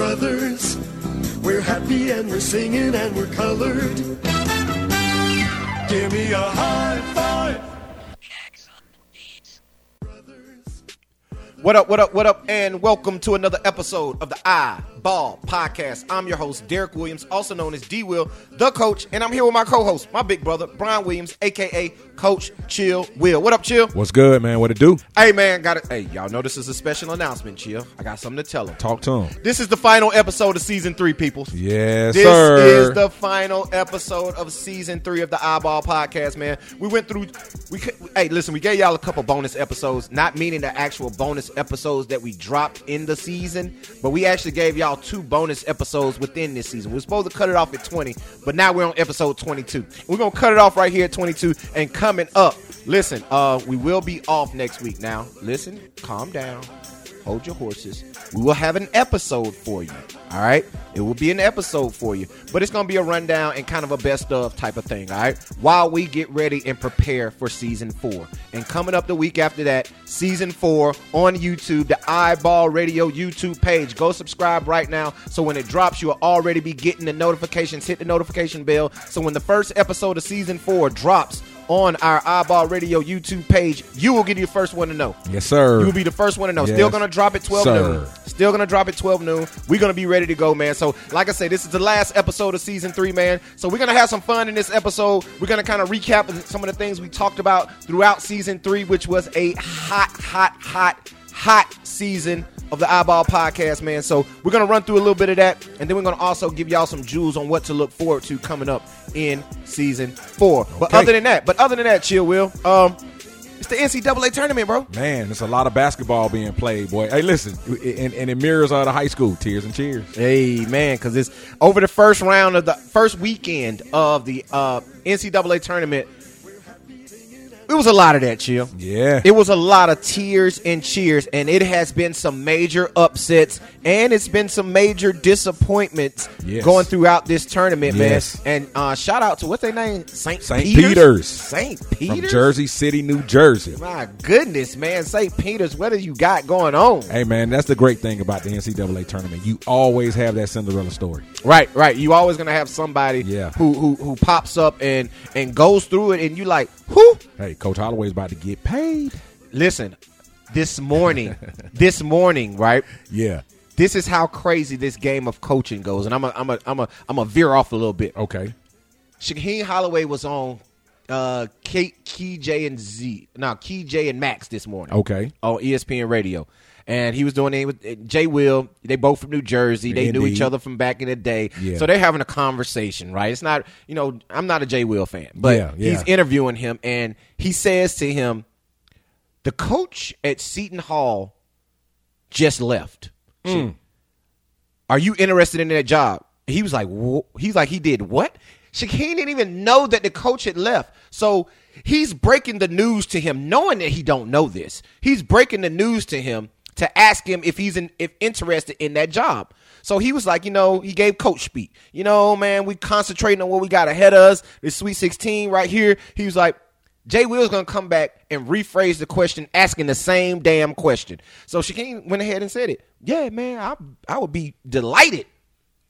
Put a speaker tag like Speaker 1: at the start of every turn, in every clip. Speaker 1: colors. We're happy and we're singing and we're colored. Give me a high five.
Speaker 2: What up, what up, what up, and welcome to another episode of the I Ball Podcast. I'm your host, Derek Williams, also known as D Will, the coach, and I'm here with my co host, my big brother, Brian Williams, aka Coach Chill Will. What up, Chill?
Speaker 3: What's good, man? What it do?
Speaker 2: Hey, man, got it. Hey, y'all know this is a special announcement, Chill. I got something to tell him.
Speaker 3: Talk to him.
Speaker 2: This is the final episode of season three, people.
Speaker 3: Yes,
Speaker 2: This
Speaker 3: sir.
Speaker 2: is the final episode of season three of the Eyeball Podcast, man. We went through. We could- hey, listen, we gave y'all a couple bonus episodes, not meaning the actual bonus episodes that we dropped in the season, but we actually gave y'all two bonus episodes within this season. We are supposed to cut it off at twenty, but now we're on episode twenty-two. We're gonna cut it off right here at twenty-two, and coming up, listen, uh, we will be off next week. Now, listen, calm down hold your horses. We will have an episode for you. All right. It will be an episode for you, but it's going to be a rundown and kind of a best of type of thing. All right. While we get ready and prepare for season four. And coming up the week after that, season four on YouTube, the Eyeball Radio YouTube page. Go subscribe right now. So when it drops, you'll already be getting the notifications. Hit the notification bell. So when the first episode of season four drops, on our Eyeball Radio YouTube page, you will get the first one to know.
Speaker 3: Yes, sir.
Speaker 2: You will be the first one to know.
Speaker 3: Yes,
Speaker 2: Still gonna drop at twelve
Speaker 3: sir.
Speaker 2: noon. Still gonna drop at twelve noon. We're gonna be ready to go, man. So, like I say, this is the last episode of season three, man. So we're gonna have some fun in this episode. We're gonna kind of recap some of the things we talked about throughout season three, which was a hot, hot, hot, hot season of the Eyeball Podcast, man. So we're gonna run through a little bit of that, and then we're gonna also give y'all some jewels on what to look forward to coming up in season four. But
Speaker 3: Okay.
Speaker 2: other than that, but other than that, chill, Will. Um, it's the NCAA tournament, bro.
Speaker 3: man, there's a lot of basketball being played, boy. Hey, listen, and, and it mirrors all the high school tears and cheers.
Speaker 2: Hey man, because it's over the first round of the first weekend of the uh, NCAA tournament. It was a lot of that, chill.
Speaker 3: Yeah.
Speaker 2: it was a lot of tears and cheers, and it has been some major upsets, and it's been some major disappointments
Speaker 3: Yes.
Speaker 2: going throughout this tournament,
Speaker 3: Yes.
Speaker 2: man. And uh, shout out to what's their name, Saint
Speaker 3: Saint
Speaker 2: Peter's,
Speaker 3: Peter's.
Speaker 2: Saint Peter's.
Speaker 3: From Jersey City, New Jersey.
Speaker 2: My goodness, man, Saint Peter's. What do you got going on?
Speaker 3: Hey, man, that's the great thing about the NCAA tournament. You always have that Cinderella story.
Speaker 2: Right, right. You always gonna have somebody
Speaker 3: Yeah.
Speaker 2: who, who who pops up and and goes through it, and you like who?
Speaker 3: Hey, Coach Holloway's about to get paid.
Speaker 2: Listen, this morning, this morning, right?
Speaker 3: Yeah.
Speaker 2: This is how crazy this game of coaching goes, and I'm a I'm a I'm a I'm a veer off a little bit.
Speaker 3: Okay.
Speaker 2: Shaheen Holloway was on uh K, Key J and Z, no Key J and Max this morning.
Speaker 3: Okay.
Speaker 2: on E ESPN Radio, and he was doing it with uh, Jay Will. They both from New Jersey. They knew
Speaker 3: Indeed.
Speaker 2: each other from back in the day,
Speaker 3: Yeah.
Speaker 2: so they're having a conversation. Right? It's not you know I'm not a Jay Will fan, but
Speaker 3: Yeah, yeah.
Speaker 2: he's interviewing him, and he says to him, "The coach at Seton Hall just left.
Speaker 3: Hmm.
Speaker 2: Are you interested in that job? He was like, wh- he's like, he did what? Shaquille didn't even know that the coach had left. So he's breaking the news to him, knowing that he don't know this. He's breaking the news to him to ask him if he's in, if interested in that job. So he was like, you know, he gave coach speak. You know, man, we concentrating on what we got ahead of us. This Sweet 16 right here. He was like, Jay Will's gonna come back and rephrase the question, asking the same damn question. So Shaquille went ahead and said it. Yeah, man, I I would be delighted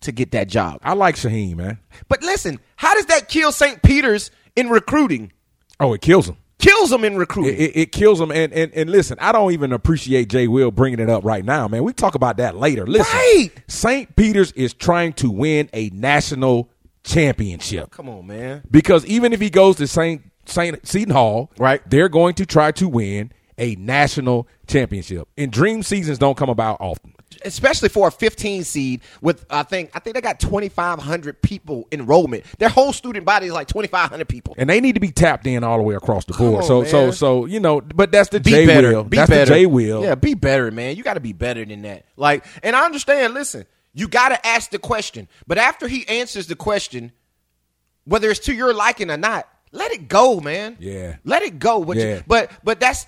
Speaker 2: to get that job.
Speaker 3: I like Shaheen, man.
Speaker 2: But listen, how does that kill St. Peter's in recruiting?
Speaker 3: Oh, it kills him.
Speaker 2: Kills them in recruiting.
Speaker 3: It, it, it kills him. And, and and listen, I don't even appreciate Jay Will bringing it up right now, man. We talk about that later. Listen,
Speaker 2: Right.
Speaker 3: St. Peter's is trying to win a national championship
Speaker 2: come on, man.
Speaker 3: because even if he goes to St. St. Seton Hall,
Speaker 2: Right.
Speaker 3: they're going to try to win a national championship. And dream seasons don't come about often.
Speaker 2: Especially for a 15 seed with I think I think they got 2500 people enrollment. Their whole student body is like 2500 people.
Speaker 3: And they need to be tapped in all the way across the board.
Speaker 2: on,
Speaker 3: so so
Speaker 2: man.
Speaker 3: so you know, but that's the
Speaker 2: be
Speaker 3: Jay
Speaker 2: better.
Speaker 3: Will.
Speaker 2: Be
Speaker 3: that's
Speaker 2: better.
Speaker 3: the Jay Will.
Speaker 2: Yeah, be better, man. You got to be better than that. Like, and I understand. Listen, you got to ask the question, but after he answers the question, whether it's to your liking or not, let it go, man.
Speaker 3: Yeah.
Speaker 2: let it go. But you-
Speaker 3: Yeah.
Speaker 2: but but that's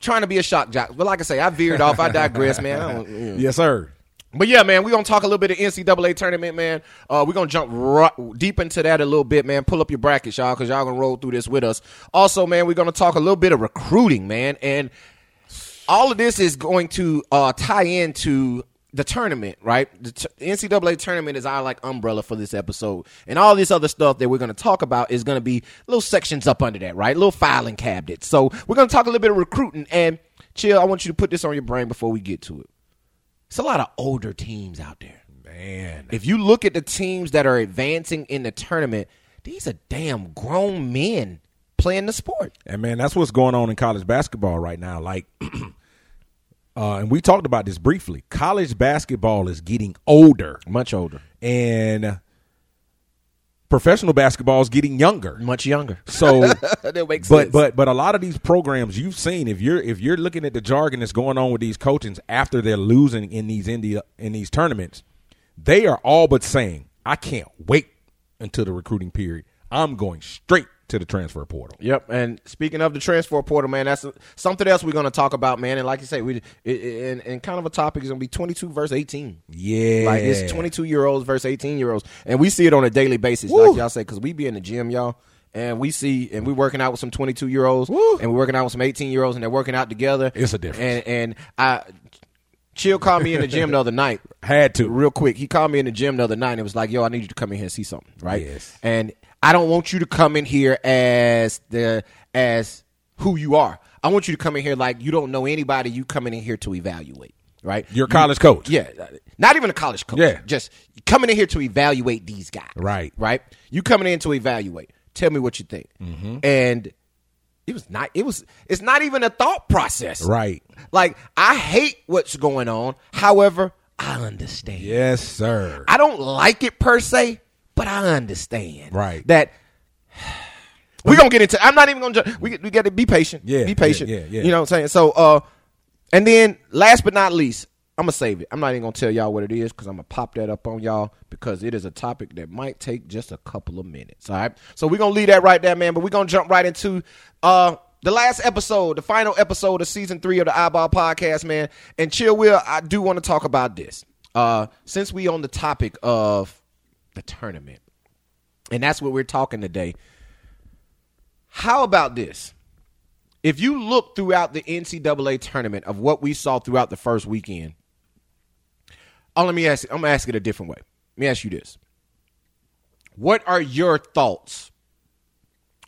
Speaker 2: trying to be a shock jock. But like I say, I veered off. I digress, man. I don't, yeah.
Speaker 3: Yes, sir.
Speaker 2: But yeah, man, we're gonna talk a little bit of NCAA tournament, man. Uh, we're gonna jump ri- deep into that a little bit, man. Pull up your brackets, y'all, because y'all gonna roll through this with us. Also, man, we're gonna talk a little bit of recruiting, man, and all of this is going to uh, tie into the tournament, right? The t- NCAA tournament is our like umbrella for this episode, and all this other stuff that we're going to talk about is going to be little sections up under that, right? Little filing cabinets. So we're going to talk a little bit of recruiting and chill. I want you to put this on your brain before we get to it. It's a lot of older teams out there.
Speaker 3: Man,
Speaker 2: If you look at the teams that are advancing in the tournament, these are damn grown men playing the sport.
Speaker 3: And man, that's what's going on in college basketball right now. Like, uh, and we talked about this briefly. College basketball is getting older,
Speaker 2: Much older,
Speaker 3: and professional basketball is getting younger.
Speaker 2: much younger.
Speaker 3: So,
Speaker 2: That makes
Speaker 3: but
Speaker 2: sense.
Speaker 3: but but a lot of these programs you've seen, if you're if you're looking at the jargon that's going on with these coachings after they're losing in these India in these tournaments, they are all but saying, "I can't wait until the recruiting period. I'm going straight to the transfer portal."
Speaker 2: Yep. And speaking of the transfer portal, man, that's something else we're going to talk about, man. And like you say, we it- it- and, and kind of a topic is going to be 22 versus 18.
Speaker 3: Yeah,
Speaker 2: Like it's 22 year olds versus 18 year olds. And we see it on a daily basis, like
Speaker 3: Woo.
Speaker 2: y'all say, because we be in the gym, y'all. And we see, and we working out with some 22 year olds,
Speaker 3: Woo.
Speaker 2: and we're working out with some 18 year olds, and they're working out together.
Speaker 3: It's a difference.
Speaker 2: And, and I, Chill called me in the gym the other night.
Speaker 3: Had to.
Speaker 2: Real quick, he called me in the gym the other night and was like, "Yo, I need you to come in here and see something, right?"
Speaker 3: Yes.
Speaker 2: And I don't want you to come in here as the as who you are. I want you to come in here like you don't know anybody. You coming in here to evaluate, right?
Speaker 3: Your college coach.
Speaker 2: Yeah, not even a college coach.
Speaker 3: Yeah.
Speaker 2: just coming in here to evaluate these guys.
Speaker 3: Right.
Speaker 2: right. You coming in to evaluate. Tell me what you think.
Speaker 3: Mm-hmm.
Speaker 2: And it was not. It was. It's not even a thought process.
Speaker 3: Right.
Speaker 2: Like I hate what's going on. However, I understand.
Speaker 3: Yes, sir.
Speaker 2: I don't like it per se, but I understand.
Speaker 3: Right.
Speaker 2: That we're gonna get into. I'm not even gonna. Ju- we we got to be patient.
Speaker 3: Yeah,
Speaker 2: Be patient.
Speaker 3: yeah, yeah, yeah.
Speaker 2: You know what I'm saying. So, uh, and then last but not least, I'm gonna save it. I'm not even gonna tell y'all what it is because I'm gonna pop that up on y'all because it is a topic that might take just a couple of minutes. All right. So we're gonna leave that right there, man. But we're gonna jump right into uh. The last episode, the final episode of season three of the Eyeball Podcast, man, and Chill Will, I do want to talk about this. Uh, since we on the topic of the tournament, and that's what we're talking today. How about this? If you look throughout the NCAA tournament of what we saw throughout the first weekend, oh, let me ask. I'm gonna ask it a different way. Let me ask you this: What are your thoughts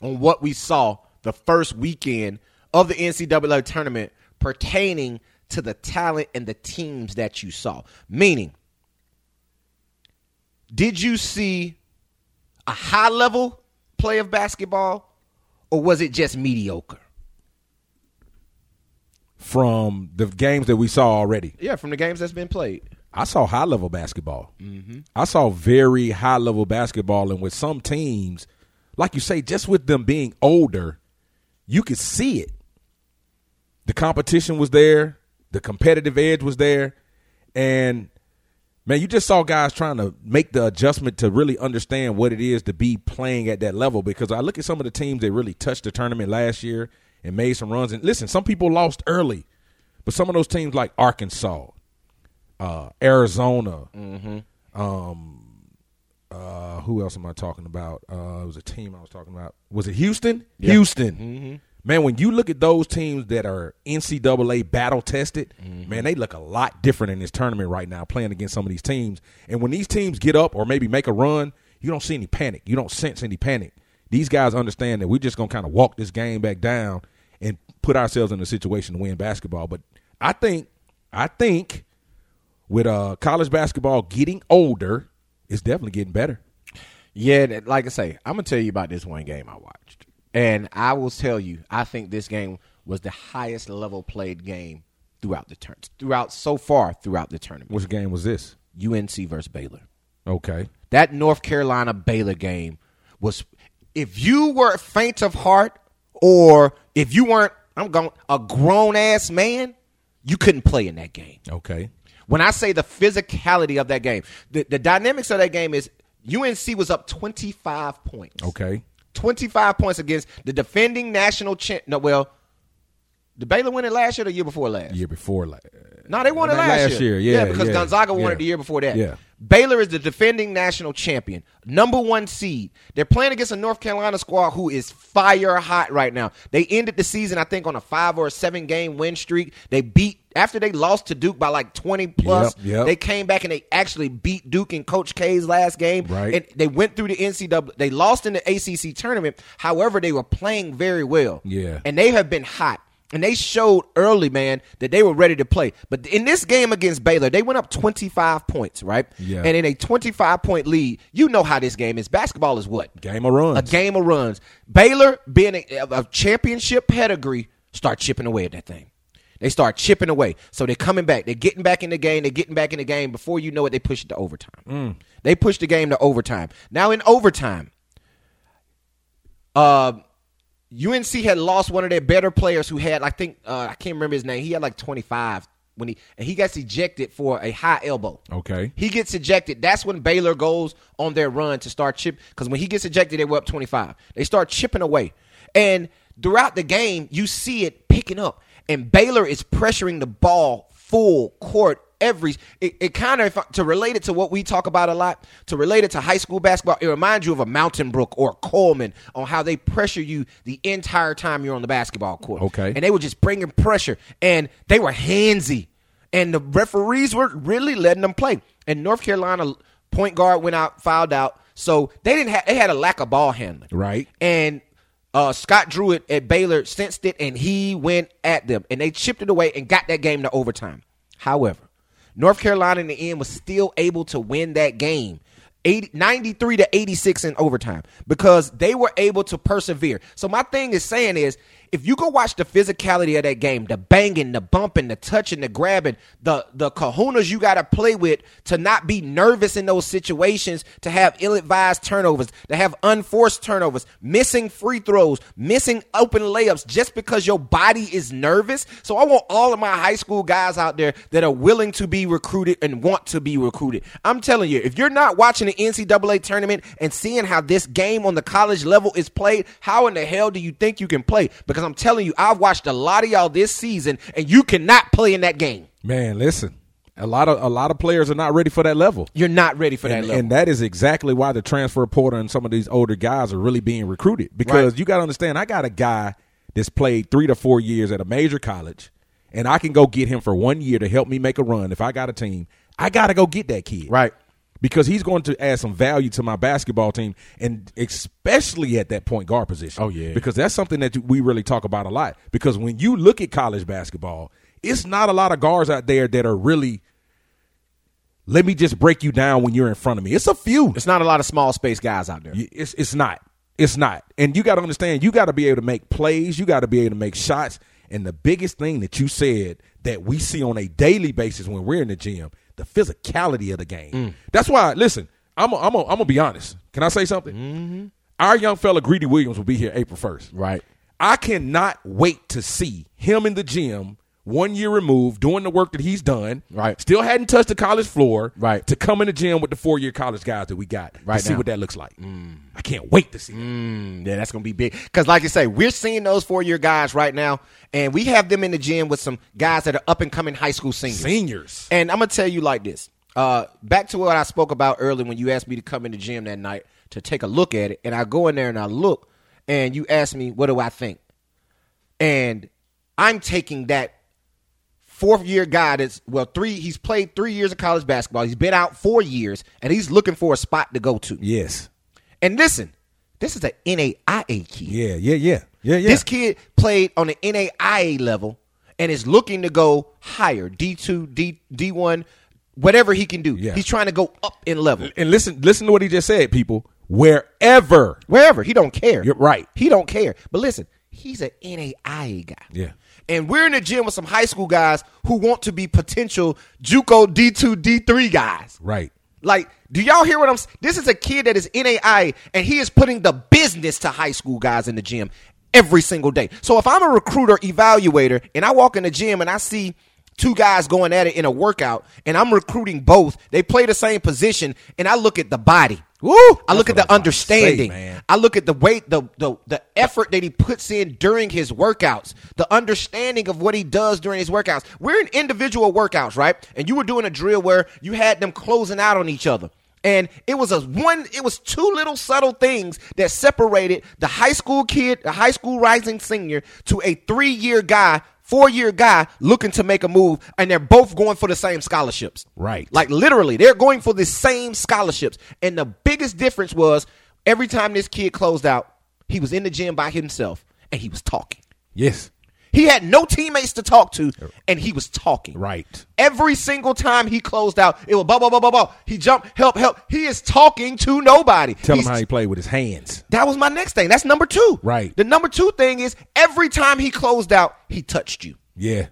Speaker 2: on what we saw the first weekend of the NCAA tournament pertaining to the talent and the teams that you saw? Meaning, did you see a high level play of basketball, or was it just mediocre?
Speaker 3: From the games that we saw already,
Speaker 2: Yeah, from the games that's been played.
Speaker 3: I saw high level basketball. Mm-hmm. I saw very high level basketball, and with some teams, like you say, just with them being older, you could see it. The competition was there, the competitive edge was there, and man, you just saw guys trying to make the adjustment to really understand what it is to be playing at that level. Because I look at some of the teams that really touched the tournament last year and made some runs. And listen, some people lost early, but some of those teams like Arkansas, uh, Arizona. Um, uh, who else am I talking about? Uh, it was a team I was talking about. Was it Houston? Houston. Man, when you look at those teams that are NCAA battle tested, man, they look a lot different in this tournament right now, playing against some of these teams. And when these teams get up or maybe make a run, you don't see any panic. You don't sense any panic. These guys understand that we're just going to kind of walk this game back down and put ourselves in a situation to win basketball. But I think, I think with uh college basketball getting older, it's definitely getting better.
Speaker 2: Yeah, that- like I say, I'm gonna tell you about this one game I watched, and I will tell you, I think this game was the highest level played game throughout the turn, throughout so far throughout the tournament.
Speaker 3: Which game was this?
Speaker 2: UNC versus Baylor.
Speaker 3: Okay.
Speaker 2: That North Carolina Baylor game was if you were faint of heart or if you weren't I'm going a grown ass man, you couldn't play in that game.
Speaker 3: Okay.
Speaker 2: When I say the physicality of that game, the, the dynamics of that game is UNC was up 25 points.
Speaker 3: Okay.
Speaker 2: 25 points against the defending national champ. No, well, the Baylor win it last year or the year before last?
Speaker 3: Year before uh, la-
Speaker 2: No, they won it
Speaker 3: Like
Speaker 2: last,
Speaker 3: last year, yeah,
Speaker 2: because
Speaker 3: yeah,
Speaker 2: Gonzaga won
Speaker 3: yeah.
Speaker 2: it the year before that.
Speaker 3: Yeah.
Speaker 2: Baylor is the defending national champion, number one seed. They're playing against a North Carolina squad who is fire hot right now. They ended the season, I think, on a five or a seven game win streak. They beat after they lost to Duke by like twenty plus.
Speaker 3: Yep, yep.
Speaker 2: They came back and they actually beat Duke in Coach K's last game.
Speaker 3: Right.
Speaker 2: and they went through the NCAA. They lost in the ACC tournament. However, they were playing very well.
Speaker 3: Yeah.
Speaker 2: and they have been hot. And they showed early, man, that they were ready to play. But in this game against Baylor, they went up 25 points, right?
Speaker 3: Yeah.
Speaker 2: And in a 25 point lead, you know how this game is. Basketball is what?
Speaker 3: Game of runs.
Speaker 2: A game of runs. Baylor, being a, a championship pedigree, start chipping away at that thing. They start chipping away. So they're coming back. They're getting back in the game. They're getting back in the game. Before you know it, they push it to overtime.
Speaker 3: Mm.
Speaker 2: They push the game to overtime. Now, in overtime, uh, UNC had lost one of their better players who had, I think, uh, I can't remember his name. He had like 25 when he and he gets ejected for a high elbow.
Speaker 3: Okay.
Speaker 2: He gets ejected. That's when Baylor goes on their run to start chip because when he gets ejected, they were up 25. They start chipping away. And throughout the game, you see it picking up. And Baylor is pressuring the ball full court every it, it kind of if I- to relate it to what we talk about a lot to relate it to high school basketball it reminds you of a mountain brook or coleman on how they pressure you the entire time you're on the basketball court
Speaker 3: Okay.
Speaker 2: and they were just bringing pressure and they were handsy and the referees were really letting them play and north carolina point guard went out fouled out so they didn't have they had a lack of ball handling
Speaker 3: Right.
Speaker 2: and uh, Scott Druitt at Baylor sensed it and he went at them and they chipped it away and got that game to overtime. However, North Carolina in the end was still able to win that game. 80, 93 to 86 in overtime because they were able to persevere. So my thing is saying is if you go watch the physicality of that game, the banging, the bumping, the touching, the grabbing, the the kahunas you got to play with to not be nervous in those situations, to have ill-advised turnovers, to have unforced turnovers, missing free throws, missing open layups just because your body is nervous. So I want all of my high school guys out there that are willing to be recruited and want to be recruited. I'm telling you, if you're not watching the NCAA tournament and seeing how this game on the college level is played, how in the hell do you think you can play? Because I'm telling you, I've watched a lot of y'all this season and you cannot play in that game.
Speaker 3: Man, listen. A lot of a lot of players are not ready for that level.
Speaker 2: You're not ready for that
Speaker 3: and,
Speaker 2: level.
Speaker 3: and that is exactly why the transfer portal and some of these older guys are really being recruited because
Speaker 2: Right.
Speaker 3: you got to understand i got a guy that's played three to four years at a major college and i can go get him for one year to help me make a run if i got a team i got to go get that kid
Speaker 2: Right.
Speaker 3: because he's going to add some value to my basketball team and especially at that point guard position
Speaker 4: Oh, yeah.
Speaker 3: because that's something that we really talk about a lot because when you look at college basketball it's not a lot of guards out there that are really let me just break you down when you're in front of me. It's a few.
Speaker 2: It's not a lot of small space guys out there.
Speaker 3: It's it's not. It's not. And you got to understand. You got to be able to make plays. You got to be able to make shots. And the biggest thing that you said that we see on a daily basis when we're in the gym, the physicality of the game. That's why. Listen, I'm i I'm i am I'm gonna be honest. Can I say something? Mm-hmm. Our young fella Greedy Williams will be here April first.
Speaker 4: Right.
Speaker 3: I cannot wait to see him in the gym one year removed, doing the work that he's done.
Speaker 4: Right.
Speaker 3: Still hadn't touched the college floor.
Speaker 4: Right.
Speaker 3: To come in the gym with the four year college guys that we got.
Speaker 4: Right
Speaker 3: To see
Speaker 4: now.
Speaker 3: what that looks like. I can't wait to see it.
Speaker 2: Mm, Yeah, that's gonna be big. Cause like you say, we're seeing those four year guys right now, and we have them in the gym with some guys that are up and coming high school seniors.
Speaker 3: Seniors.
Speaker 2: And I'm gonna tell you like this. Uh, back to what I spoke about earlier when you asked me to come in the gym that night to take a look at it, and I go in there and I look, and you ask me, what do I think? And I'm taking that fourth year guy that's well three he's played three years of college basketball he's been out four years and he's looking for a spot to go to
Speaker 3: Yes.
Speaker 2: and listen this is an naia kid
Speaker 3: Yeah, yeah, yeah. Yeah, yeah.
Speaker 2: this kid played on the NAIA level and is looking to go higher, D2, D, D1, whatever he can do.
Speaker 3: Yeah.
Speaker 2: He's trying to go up in level.
Speaker 3: and listen listen to what he just said, people. Wherever.
Speaker 2: Wherever. He don't care.
Speaker 3: You're right.
Speaker 2: He don't care. But listen, he's an NAIA guy.
Speaker 3: Yeah.
Speaker 2: And we're in the gym with some high school guys who want to be potential JUCO D2, D3 guys.
Speaker 3: Right.
Speaker 2: Like, do y'all hear what I'm saying? This is a kid that is NAI and he is putting the business to high school guys in the gym every single day. So if I'm a recruiter evaluator and I walk in the gym and I see two guys going at it in a workout and I'm recruiting both, they play the same position and I look at the body.
Speaker 3: Woo!
Speaker 2: I look at
Speaker 3: That's
Speaker 2: the
Speaker 3: what I was about to say,
Speaker 2: understanding.
Speaker 3: man.
Speaker 2: I look at the weight, the, the the effort that he puts in during his workouts, the understanding of what he does during his workouts. We're in individual workouts, right? And you were doing a drill where you had them closing out on each other. And it was a one, it was two little subtle things that separated the high school kid, the high school rising senior, to a three-year guy, four-year guy looking to make a move, and they're both going for the same scholarships.
Speaker 3: Right.
Speaker 2: Like literally, they're going for the same scholarships. And the biggest difference was every time this kid closed out, he was in the gym by himself and he was talking.
Speaker 3: Yes.
Speaker 2: He had no teammates to talk to, and he was talking.
Speaker 3: Right.
Speaker 2: Every single time he closed out, it was blah blah blah blah blah. He jumped, help, help. He is talking to nobody.
Speaker 3: Tell
Speaker 2: He's-
Speaker 3: him how he played with his hands.
Speaker 2: that was my next thing. That's number two.
Speaker 3: Right.
Speaker 2: The number two thing is every time he closed out, he touched you.
Speaker 3: Yeah.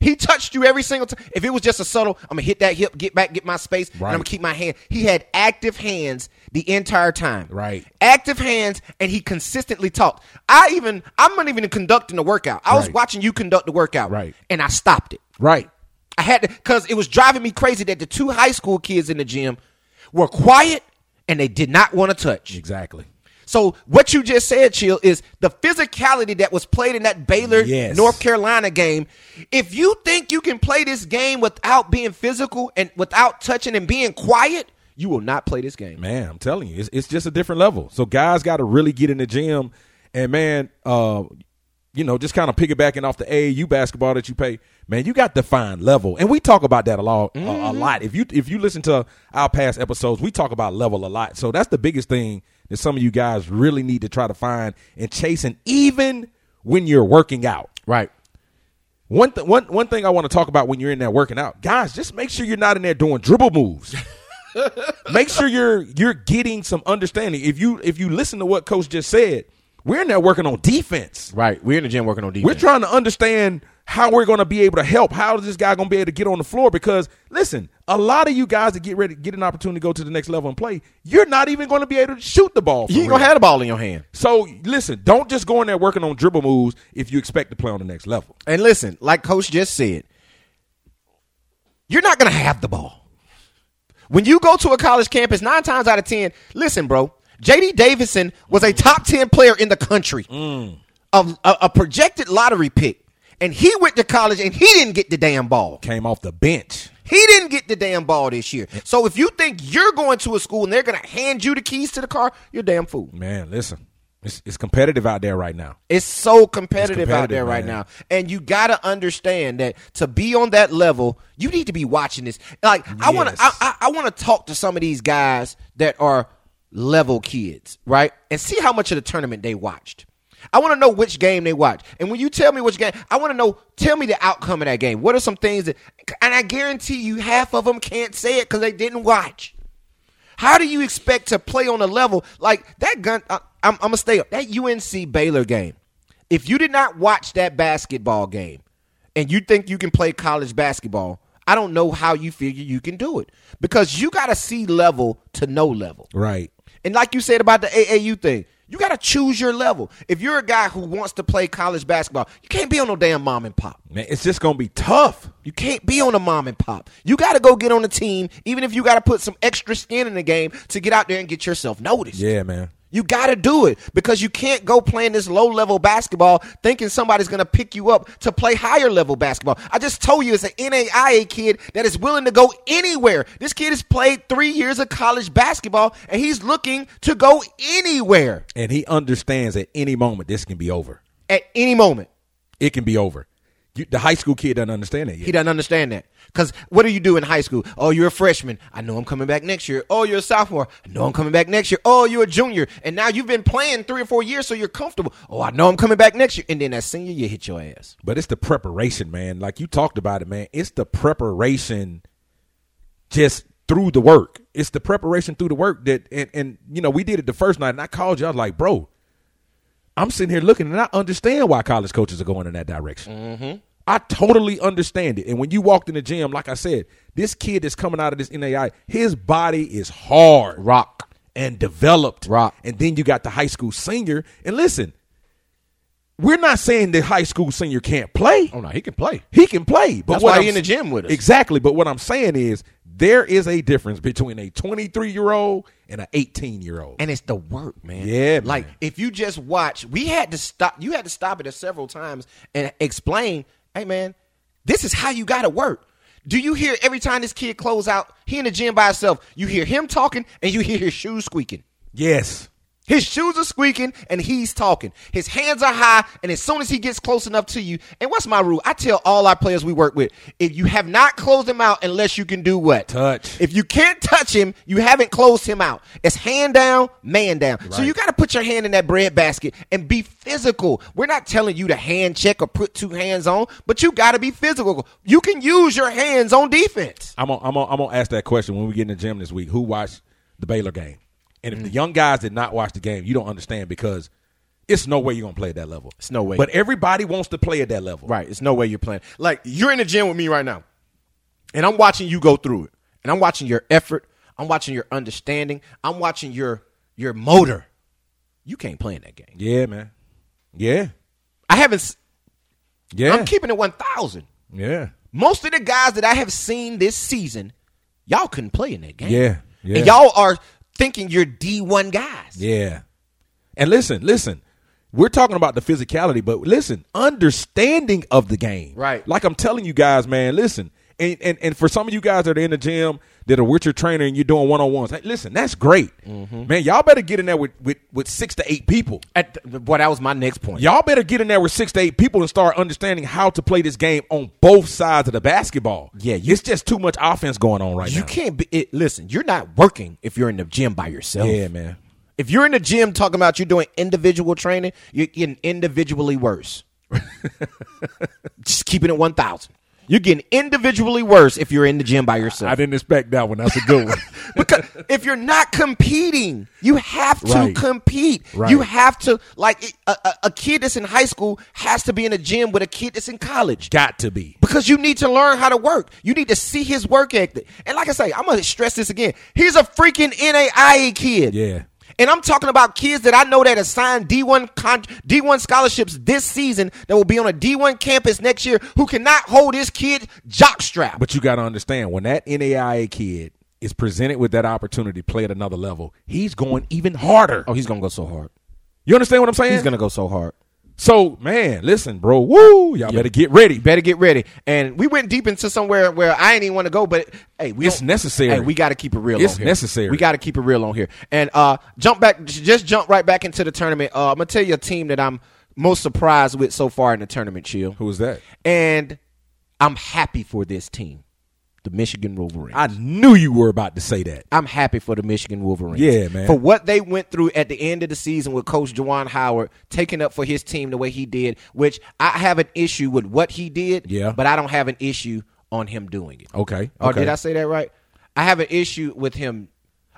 Speaker 2: He touched you every single time. If it was just a subtle, I'm gonna hit that hip, get back, get my space, and
Speaker 3: Right.
Speaker 2: I'm gonna keep my hand. He had active hands the entire time.
Speaker 3: Right.
Speaker 2: Active hands, and he consistently talked. I even I'm not even conducting the workout. I was
Speaker 3: Right.
Speaker 2: watching you conduct the workout.
Speaker 3: Right.
Speaker 2: And I stopped it.
Speaker 3: Right.
Speaker 2: I had to because it was driving me crazy that the two high school kids in the gym were quiet and they did not want to touch.
Speaker 3: Exactly.
Speaker 2: So what you just said, Chill, is the physicality that was played in that Baylor
Speaker 3: Yes.
Speaker 2: North Carolina game. If you think you can play this game without being physical and without touching and being quiet, you will not play this game.
Speaker 3: Man, I'm telling you, it's, it's just a different level. So guys got to really get in the gym, and man, uh, you know, just kind of piggybacking off the AAU basketball that you pay. Man, you got defined level, and we talk about that a lot. A, a lot. If you if you listen to our past episodes, we talk about level a lot. So that's the biggest thing that some of you guys really need to try to find and chasing, even when you're working out.
Speaker 2: Right.
Speaker 3: One, th- one, one thing I want to talk about when you're in there working out, guys, just make sure you're not in there doing dribble moves. make sure you're you're getting some understanding. If you if you listen to what Coach just said, we're in there working on defense.
Speaker 2: Right. We're in the gym working on defense.
Speaker 3: We're trying to understand how we're going to be able to help. How is this guy going to be able to get on the floor? Because listen, a lot of you guys that get ready get an opportunity to go to the next level and play, you're not even going to be able to shoot the ball. for
Speaker 2: you ain't
Speaker 3: real.
Speaker 2: gonna have the ball in your hand.
Speaker 3: so listen, don't just go in there working on dribble moves if you expect to play on the next level.
Speaker 2: And listen, like Coach just said, you're not going to have the ball. When you go to a college campus, nine times out of 10, listen, bro, JD Davison was a top 10 player in the country, a, a, a projected lottery pick. And he went to college and he didn't get the damn ball.
Speaker 3: Came off the bench.
Speaker 2: He didn't get the damn ball this year. So if you think you're going to a school and they're going to hand you the keys to the car, you're a damn fool.
Speaker 3: Man, listen, it's, it's competitive out there right now.
Speaker 2: It's so competitive, out
Speaker 3: competitive,
Speaker 2: there right
Speaker 3: man.
Speaker 2: now. And you got to understand that to be on that level, you need to be watching this. Like I want to
Speaker 3: Yes.
Speaker 2: I, I, I want to talk to some of these guys that are level kids, right? And see how much of the tournament they watched. I want to know which game they watched. And when you tell me which game, I want to know tell me the outcome of that game. What are some things that and I guarantee you half of them can't say it cuz they didn't watch. How do you expect to play on a level like that? Gun, I, I'm, I'm gonna stay up that UNC Baylor game. If you did not watch that basketball game, and you think you can play college basketball, I don't know how you figure you can do it because you got to see level to know level.
Speaker 3: Right.
Speaker 2: And like you said about the AAU thing, you got to choose your level. If you're a guy who wants to play college basketball, you can't be on no damn mom and pop.
Speaker 3: Man, it's just going to be tough.
Speaker 2: You can't be on a mom and pop. You got to go get on the team, even if you got to put some extra skin in the game to get out there and get yourself noticed.
Speaker 3: Yeah, man.
Speaker 2: You got to do it because you can't go playing this low level basketball thinking somebody's going to pick you up to play higher level basketball. I just told you it's an NAIA kid that is willing to go anywhere. This kid has played three years of college basketball and he's looking to go anywhere
Speaker 3: And he understands at any moment this can be over.
Speaker 2: at any moment.
Speaker 3: It can be over. You, the high school kid doesn't understand that
Speaker 2: He
Speaker 3: yet.
Speaker 2: doesn't understand that. Because what do you do in high school? Oh, you're a freshman. I know I'm coming back next year. Oh, you're a sophomore. I know I'm coming back next year. Oh, you're a junior. And now you've been playing three or four years, so you're comfortable. Oh, I know I'm coming back next year. And then that senior year hit your ass.
Speaker 3: But it's the preparation, man. Like you talked about it, man. It's the preparation just through the work. It's the preparation through the work that, and, and you know, we did it the first night, and I called you. I was like, bro, I'm sitting here looking, and I understand why college coaches are going in that direction.
Speaker 2: Mm-hmm.
Speaker 3: I totally understand it. And when you walked in the gym, like I said, this kid that's coming out of this NAI, his body is hard,
Speaker 2: Rock.
Speaker 3: and developed,
Speaker 2: Rock.
Speaker 3: And then you got the high school senior. And listen, we're not saying the high school senior can't play.
Speaker 2: Oh, no, he can play.
Speaker 3: He can play, but
Speaker 2: That's
Speaker 3: what
Speaker 2: why
Speaker 3: I'm-
Speaker 2: he in the gym with us.
Speaker 3: Exactly, but what I'm saying is There is a difference between a 23 year old and an 18 year old.
Speaker 2: and it's the work, man.
Speaker 3: Yeah,
Speaker 2: like
Speaker 3: man.
Speaker 2: if you just watch, we had to stop. You had to stop it at several times and explain, hey man, this is how you got to work. Do you hear every time this kid close out? He in the gym by himself. You hear him talking, and you hear his shoes squeaking.
Speaker 3: Yes.
Speaker 2: His shoes are squeaking and he's talking. His hands are high, and as soon as he gets close enough to you, and what's my rule? I tell all our players we work with if you have not closed him out unless you can do what?
Speaker 3: Touch.
Speaker 2: If you can't touch him, you haven't closed him out. It's hand down, man down. So
Speaker 3: Right.
Speaker 2: you got to put your hand in that bread basket and be physical. We're not telling you to hand check or put two hands on, but you got to be physical. You can use your hands on defense.
Speaker 3: I'm gonna, I'm gonna, I'm gonna ask that question when we get in the gym this week. Who watched the Baylor game? And if
Speaker 2: Mm.
Speaker 3: the young guys did not watch the game, you don't understand because it's no way you're gonna play at that level.
Speaker 2: It's no way.
Speaker 3: But everybody wants to play at that level.
Speaker 2: Right. It's no way you're playing. Like you're in the gym with me right now, and I'm watching you go through it, and I'm watching your effort, I'm watching your understanding, I'm watching your your motor. You can't play in that game.
Speaker 3: Yeah, man. Yeah.
Speaker 2: I haven't. s-
Speaker 3: Yeah.
Speaker 2: I'm keeping it one thousand.
Speaker 3: yeah.
Speaker 2: Most of the guys that I have seen this season, y'all couldn't play in that game.
Speaker 3: Yeah, yeah.
Speaker 2: And y'all are thinking you're D1 guys.
Speaker 3: Yeah. And listen, listen. We're talking about the physicality, but listen, understanding of the game.
Speaker 2: Right.
Speaker 3: Like I'm telling you guys, man, listen. And and, and for some of you guys that are in the gym that are with your trainer and you're doing one on ones, listen, that's great. Man, y'all better get in there with, with, with six to eight people.
Speaker 2: At the, boy, that was my next point.
Speaker 3: Y'all better get in there with six to eight people and start understanding how to play this game on both sides of the basketball.
Speaker 2: Yeah, you-
Speaker 3: it's just too much offense going on right
Speaker 2: You
Speaker 3: now.
Speaker 2: can't be. It, listen, you're not working if you're in the gym by yourself.
Speaker 3: Yeah, man.
Speaker 2: If you're in the gym talking about you're doing individual training, you're getting individually worse. Just keeping it 1,000. You're getting individually worse if you're in the gym by yourself.
Speaker 3: didn't expect that one. That's a good one.
Speaker 2: because if you're not competing, you have to
Speaker 3: Right.
Speaker 2: compete.
Speaker 3: Right.
Speaker 2: You have to like it- a, a, a kid that's in high school has to be in a gym with a kid that's in college
Speaker 3: Got to be.
Speaker 2: because you need to learn how to work. You need to see his work ethic. And like I say, I'm gonna stress this again. He's a freaking NAIA kid.
Speaker 3: Yeah.
Speaker 2: And I'm talking about kids that I know that are signed D1 con- D1 scholarships this season that will be on a D1 campus next year who cannot hold his kid jockstrap.
Speaker 3: But you got to understand when that NAIA kid is presented with that opportunity to play at another level, he's going even harder.
Speaker 2: he's gonna go so hard.
Speaker 3: You understand what I'm saying?
Speaker 2: Oh. go so hard.
Speaker 3: so, man, listen, bro. Woo! Y'all better get ready.
Speaker 2: Better get ready. And we went deep into somewhere where I ain't even want to go, but hey, we
Speaker 3: It's
Speaker 2: don't-
Speaker 3: necessary.
Speaker 2: Hey, we got to keep it real.
Speaker 3: It's
Speaker 2: on here.
Speaker 3: necessary.
Speaker 2: We got to keep it real on here. And uh, jump back, j- just jump right back into the tournament. Uh, I'm gonna tell you a team that I'm most surprised with so far in the tournament, chill.
Speaker 3: Who is that?
Speaker 2: And I'm happy for this team, the Michigan Wolverines.
Speaker 3: I knew you were about to say that.
Speaker 2: I'm happy for the Michigan Wolverines.
Speaker 3: Yeah, man.
Speaker 2: For what they went through at the end of the season with Coach Juwan Howard taking up for his team the way he did, which I have an issue with what he did,
Speaker 3: Yeah.
Speaker 2: but I don't have an issue on him doing it.
Speaker 3: Okay.
Speaker 2: Or
Speaker 3: okay.
Speaker 2: Oh, did I say that right? I have an issue with him.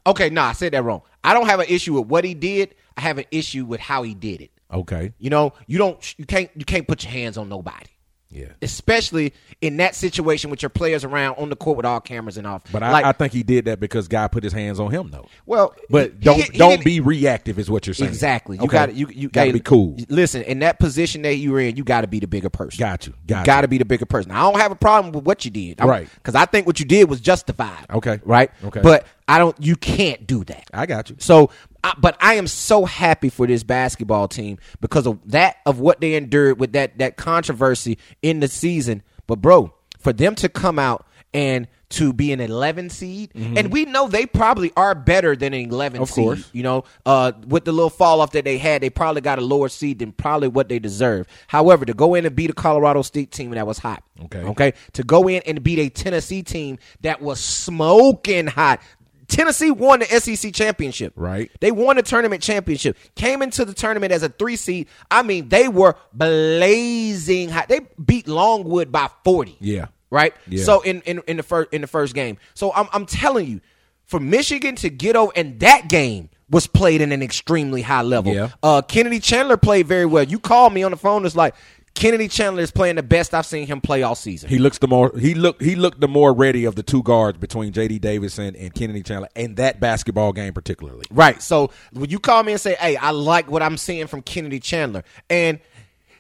Speaker 2: Okay, nah, I said that wrong. I don't have an issue with what he did. I have an issue with how he did it.
Speaker 3: Okay.
Speaker 2: You know, you don't you can't you can't put your hands on nobody.
Speaker 3: Yeah.
Speaker 2: Especially in that situation with your players around on the court with all cameras and off.
Speaker 3: But I, I think he did that because God put his hands on him, though.
Speaker 2: well,
Speaker 3: But
Speaker 2: he-
Speaker 3: don't
Speaker 2: he- he
Speaker 3: don't
Speaker 2: didn't-
Speaker 3: be reactive, is what you're saying.
Speaker 2: Exactly. You
Speaker 3: Okay.
Speaker 2: got you you
Speaker 3: gotta
Speaker 2: hey,
Speaker 3: be cool.
Speaker 2: Listen, in that position that you're in, you got to be the bigger person.
Speaker 3: Got you. Got you.
Speaker 2: got to be the bigger person. I don't have a problem with what you did,
Speaker 3: Right.
Speaker 2: Because I think what you did was justified.
Speaker 3: Okay.
Speaker 2: right.
Speaker 3: Okay.
Speaker 2: but I don't. You can't do that.
Speaker 3: I got you.
Speaker 2: So, I, but I am so happy for this basketball team because of that of what they endured with that that controversy in the season. But bro, for them to come out and to be an 11 seed, and we know they probably are better than an 11
Speaker 3: Mm-hmm. Of
Speaker 2: seed.
Speaker 3: course.
Speaker 2: You know, uh, with the little fall off that they had, they probably got a lower seed than probably what they deserve. However, to go in and beat a Colorado State team that was hot,
Speaker 3: Okay.
Speaker 2: okay, to go in and beat a Tennessee team that was smoking hot. Tennessee won the SEC championship.
Speaker 3: Right.
Speaker 2: They won the tournament championship. Came into the tournament as a three seed. I mean, they were blazing hot. They beat Longwood by forty.
Speaker 3: Yeah.
Speaker 2: Right.
Speaker 3: Yeah.
Speaker 2: So in, in in the first in the first game. So I'm I'm telling you, for Michigan to get over and that game was played in an extremely high level.
Speaker 3: Yeah.
Speaker 2: Uh, Kennedy Chandler played very well. You called me on the phone. It's like Kennedy Chandler is playing the best I've seen him play all season.
Speaker 3: He looks the more he looked he looked the more ready of the two guards between J.D. Davidson and Kennedy Chandler in that basketball game particularly.
Speaker 2: Right. So when you call me and say, "Hey, I like what I'm seeing from Kennedy Chandler," and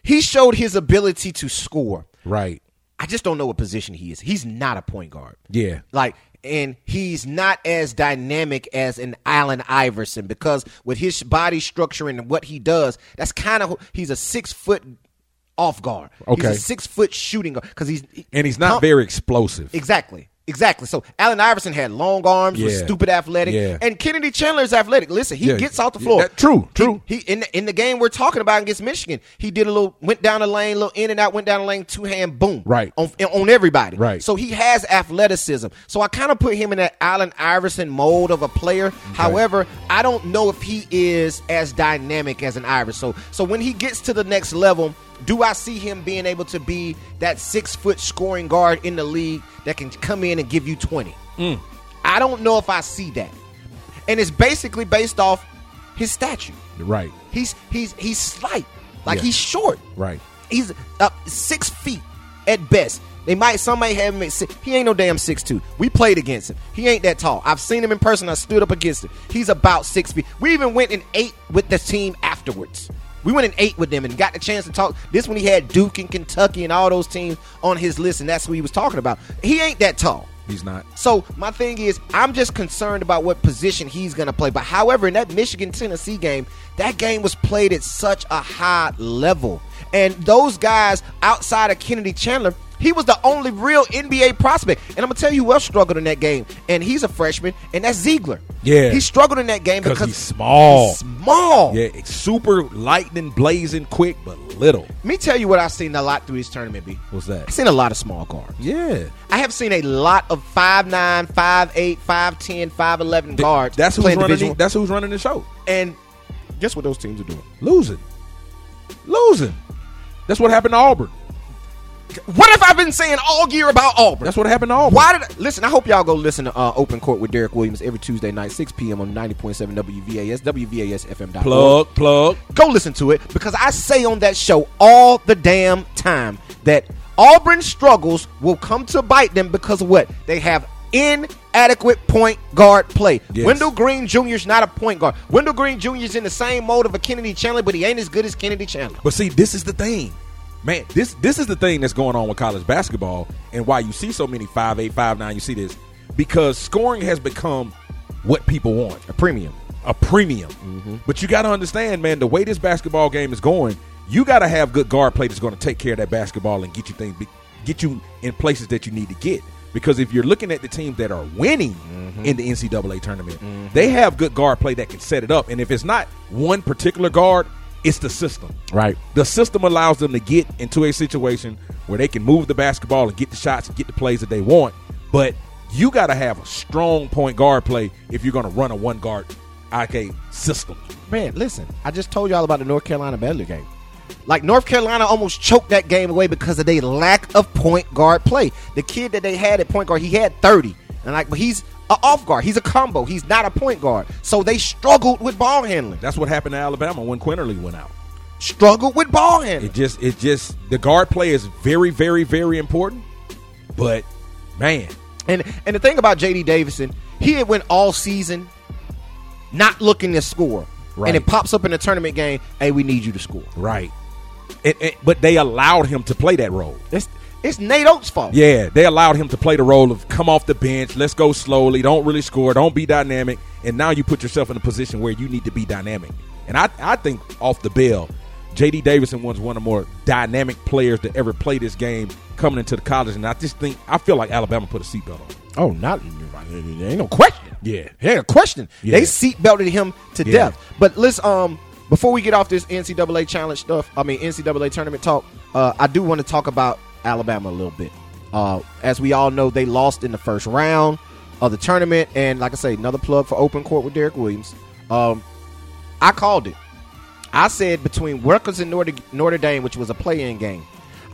Speaker 2: he showed his ability to score.
Speaker 3: Right.
Speaker 2: I just don't know what position he is. He's not a point guard.
Speaker 3: Yeah.
Speaker 2: Like and he's not as dynamic as an Allen Iverson because with his body structure and what he does, that's kind of he's a six foot off guard.
Speaker 3: Okay.
Speaker 2: he's a six foot shooting guard because he's
Speaker 3: and he's not
Speaker 2: Tom-
Speaker 3: very explosive.
Speaker 2: Exactly. Exactly. So Allen Iverson had long arms, was
Speaker 3: Yeah.
Speaker 2: stupid athletic,
Speaker 3: Yeah.
Speaker 2: and Kennedy Chandler's athletic. Listen, he
Speaker 3: Yeah.
Speaker 2: gets off the
Speaker 3: Yeah,
Speaker 2: floor.
Speaker 3: that-
Speaker 2: He-
Speaker 3: true, true.
Speaker 2: He, in the, in the game we're talking about against Michigan, he did a little went down the lane, little in and out, went down the lane, two hand boom,
Speaker 3: Right.
Speaker 2: on, on everybody,
Speaker 3: Right.
Speaker 2: So he has athleticism. So I kind of put him in that Allen Iverson mold of a player. However, I don't know if he is as dynamic as an Iverson. So, so when he gets to the next level, do I see him being able to be that six foot scoring guard in the league that can come in and give you 20? I don't know if I see that. And it's basically based off his stature.
Speaker 3: Right,
Speaker 2: He's he's he's slight. Like
Speaker 3: Yeah.
Speaker 2: he's short.
Speaker 3: right.
Speaker 2: He's up six feet at best. They might somebody have him at six. He ain't no damn six two. We played against him. He ain't that tall. I've seen him in person. I stood up against him. He's about six feet. We even went in eight with the team afterwards. We went in eight with them and got the chance to talk. This when he had Duke and Kentucky and all those teams on his list, and that's who he was talking about. He ain't that tall.
Speaker 3: He's not.
Speaker 2: So my thing is, I'm just concerned about what position he's going to play. But however, in that Michigan Tennessee game, that game was played at such a high level, and those guys outside of Kennedy Chandler. He was the only real NBA prospect. And I'm going to tell you who else struggled in that game. And he's a freshman, and that's Ziegler.
Speaker 3: Yeah.
Speaker 2: He struggled in that game
Speaker 3: 'Cause
Speaker 2: because
Speaker 3: he's small.
Speaker 2: He's small.
Speaker 3: Yeah, it's super lightning blazing quick, but little.
Speaker 2: Me tell you what I've seen a lot through this tournament, B.
Speaker 3: What's
Speaker 2: I've
Speaker 3: that?
Speaker 2: seen a lot of small guards.
Speaker 3: Yeah,
Speaker 2: I have seen a lot of 5'9, 5'8, 5'10, 5'11 guards.
Speaker 3: That's who's
Speaker 2: playing
Speaker 3: running.
Speaker 2: Division
Speaker 3: The, that's who's running the show.
Speaker 2: And guess what those teams are doing?
Speaker 3: Losing, losing. That's what happened to Auburn.
Speaker 2: What have I been saying all year about Auburn?
Speaker 3: That's what happened to Auburn.
Speaker 2: Why did I, listen? I hope y'all go listen to uh, Open Court with Derek Williams every Tuesday night, 6 p.m. on 90.7 WVAS, WVASFM.org.
Speaker 3: Plug, plug.
Speaker 2: Go listen to it because I say on that show all the damn time that Auburn struggles will come to bite them because of what they have inadequate point guard play.
Speaker 3: Yes.
Speaker 2: Wendell Green Jr. is not a point guard. Wendell Green Jr. is in the same mode of a Kennedy Chandler, but he ain't as good as Kennedy Chandler.
Speaker 3: But see, this is the thing, man. This this is the thing that's going on with college basketball, and why you see so many five eight five nine. You see this because scoring has become what people want.
Speaker 2: A premium. Mm-hmm.
Speaker 3: a premium. But you got to understand, man, the way this basketball game is going, you got to have good guard play that's going to take care of that basketball and get you things, get you in places that you need to get. Because if you're looking at the teams that are winning
Speaker 2: Mm-hmm.
Speaker 3: in the NCAA tournament, they have good guard play that can set it up. And if it's not one particular guard, it's the system.
Speaker 2: Right.
Speaker 3: The system allows them to get into a situation where they can move the basketball and get the shots and get the plays that they want. But you got to have a strong point guard play if you're going to run a one guard IK system.
Speaker 2: Man, listen, I just told y'all about the North Carolina Baylor game. Like North Carolina almost choked that game away because of their lack of point guard play. The kid that they had at point guard, he had 30. And like but he's a off guard. He's a combo. He's not a point guard. So they struggled with ball handling.
Speaker 3: That's what happened to Alabama when Quinterly went out.
Speaker 2: Struggled with ball handling.
Speaker 3: It just, it just, the guard play is very, very, very important. But man,
Speaker 2: And and the thing about JD Davison, he had went all season not looking to score.
Speaker 3: Right.
Speaker 2: And it pops up in the tournament game, hey, we need you to score.
Speaker 3: right. It, it, but they allowed him to play that role.
Speaker 2: It's it's Nate Oates' fault.
Speaker 3: Yeah, they allowed him to play the role of come off the bench, let's go slowly, don't really score, don't be dynamic, and now you put yourself in a position where you need to be dynamic. And I, I think off the bell, JD Davidson was one of the more dynamic players to ever play this game coming into the college, and I just think I feel like Alabama put a seatbelt on.
Speaker 2: Oh, not there ain't no question.
Speaker 3: Yeah.
Speaker 2: ain't a question.
Speaker 3: Yeah.
Speaker 2: They seatbelted him to
Speaker 3: Yeah.
Speaker 2: death. But let's um before we get off this NCAA challenge stuff, I mean NCAA tournament talk, uh, I do want to talk about Alabama a little bit. Uh, as we all know, they lost in the first round of the tournament, and like I say, another plug for open court with Derek Williams. Um, I called it. I said between Rutgers and Notre, Notre Dame, which was a play-in game,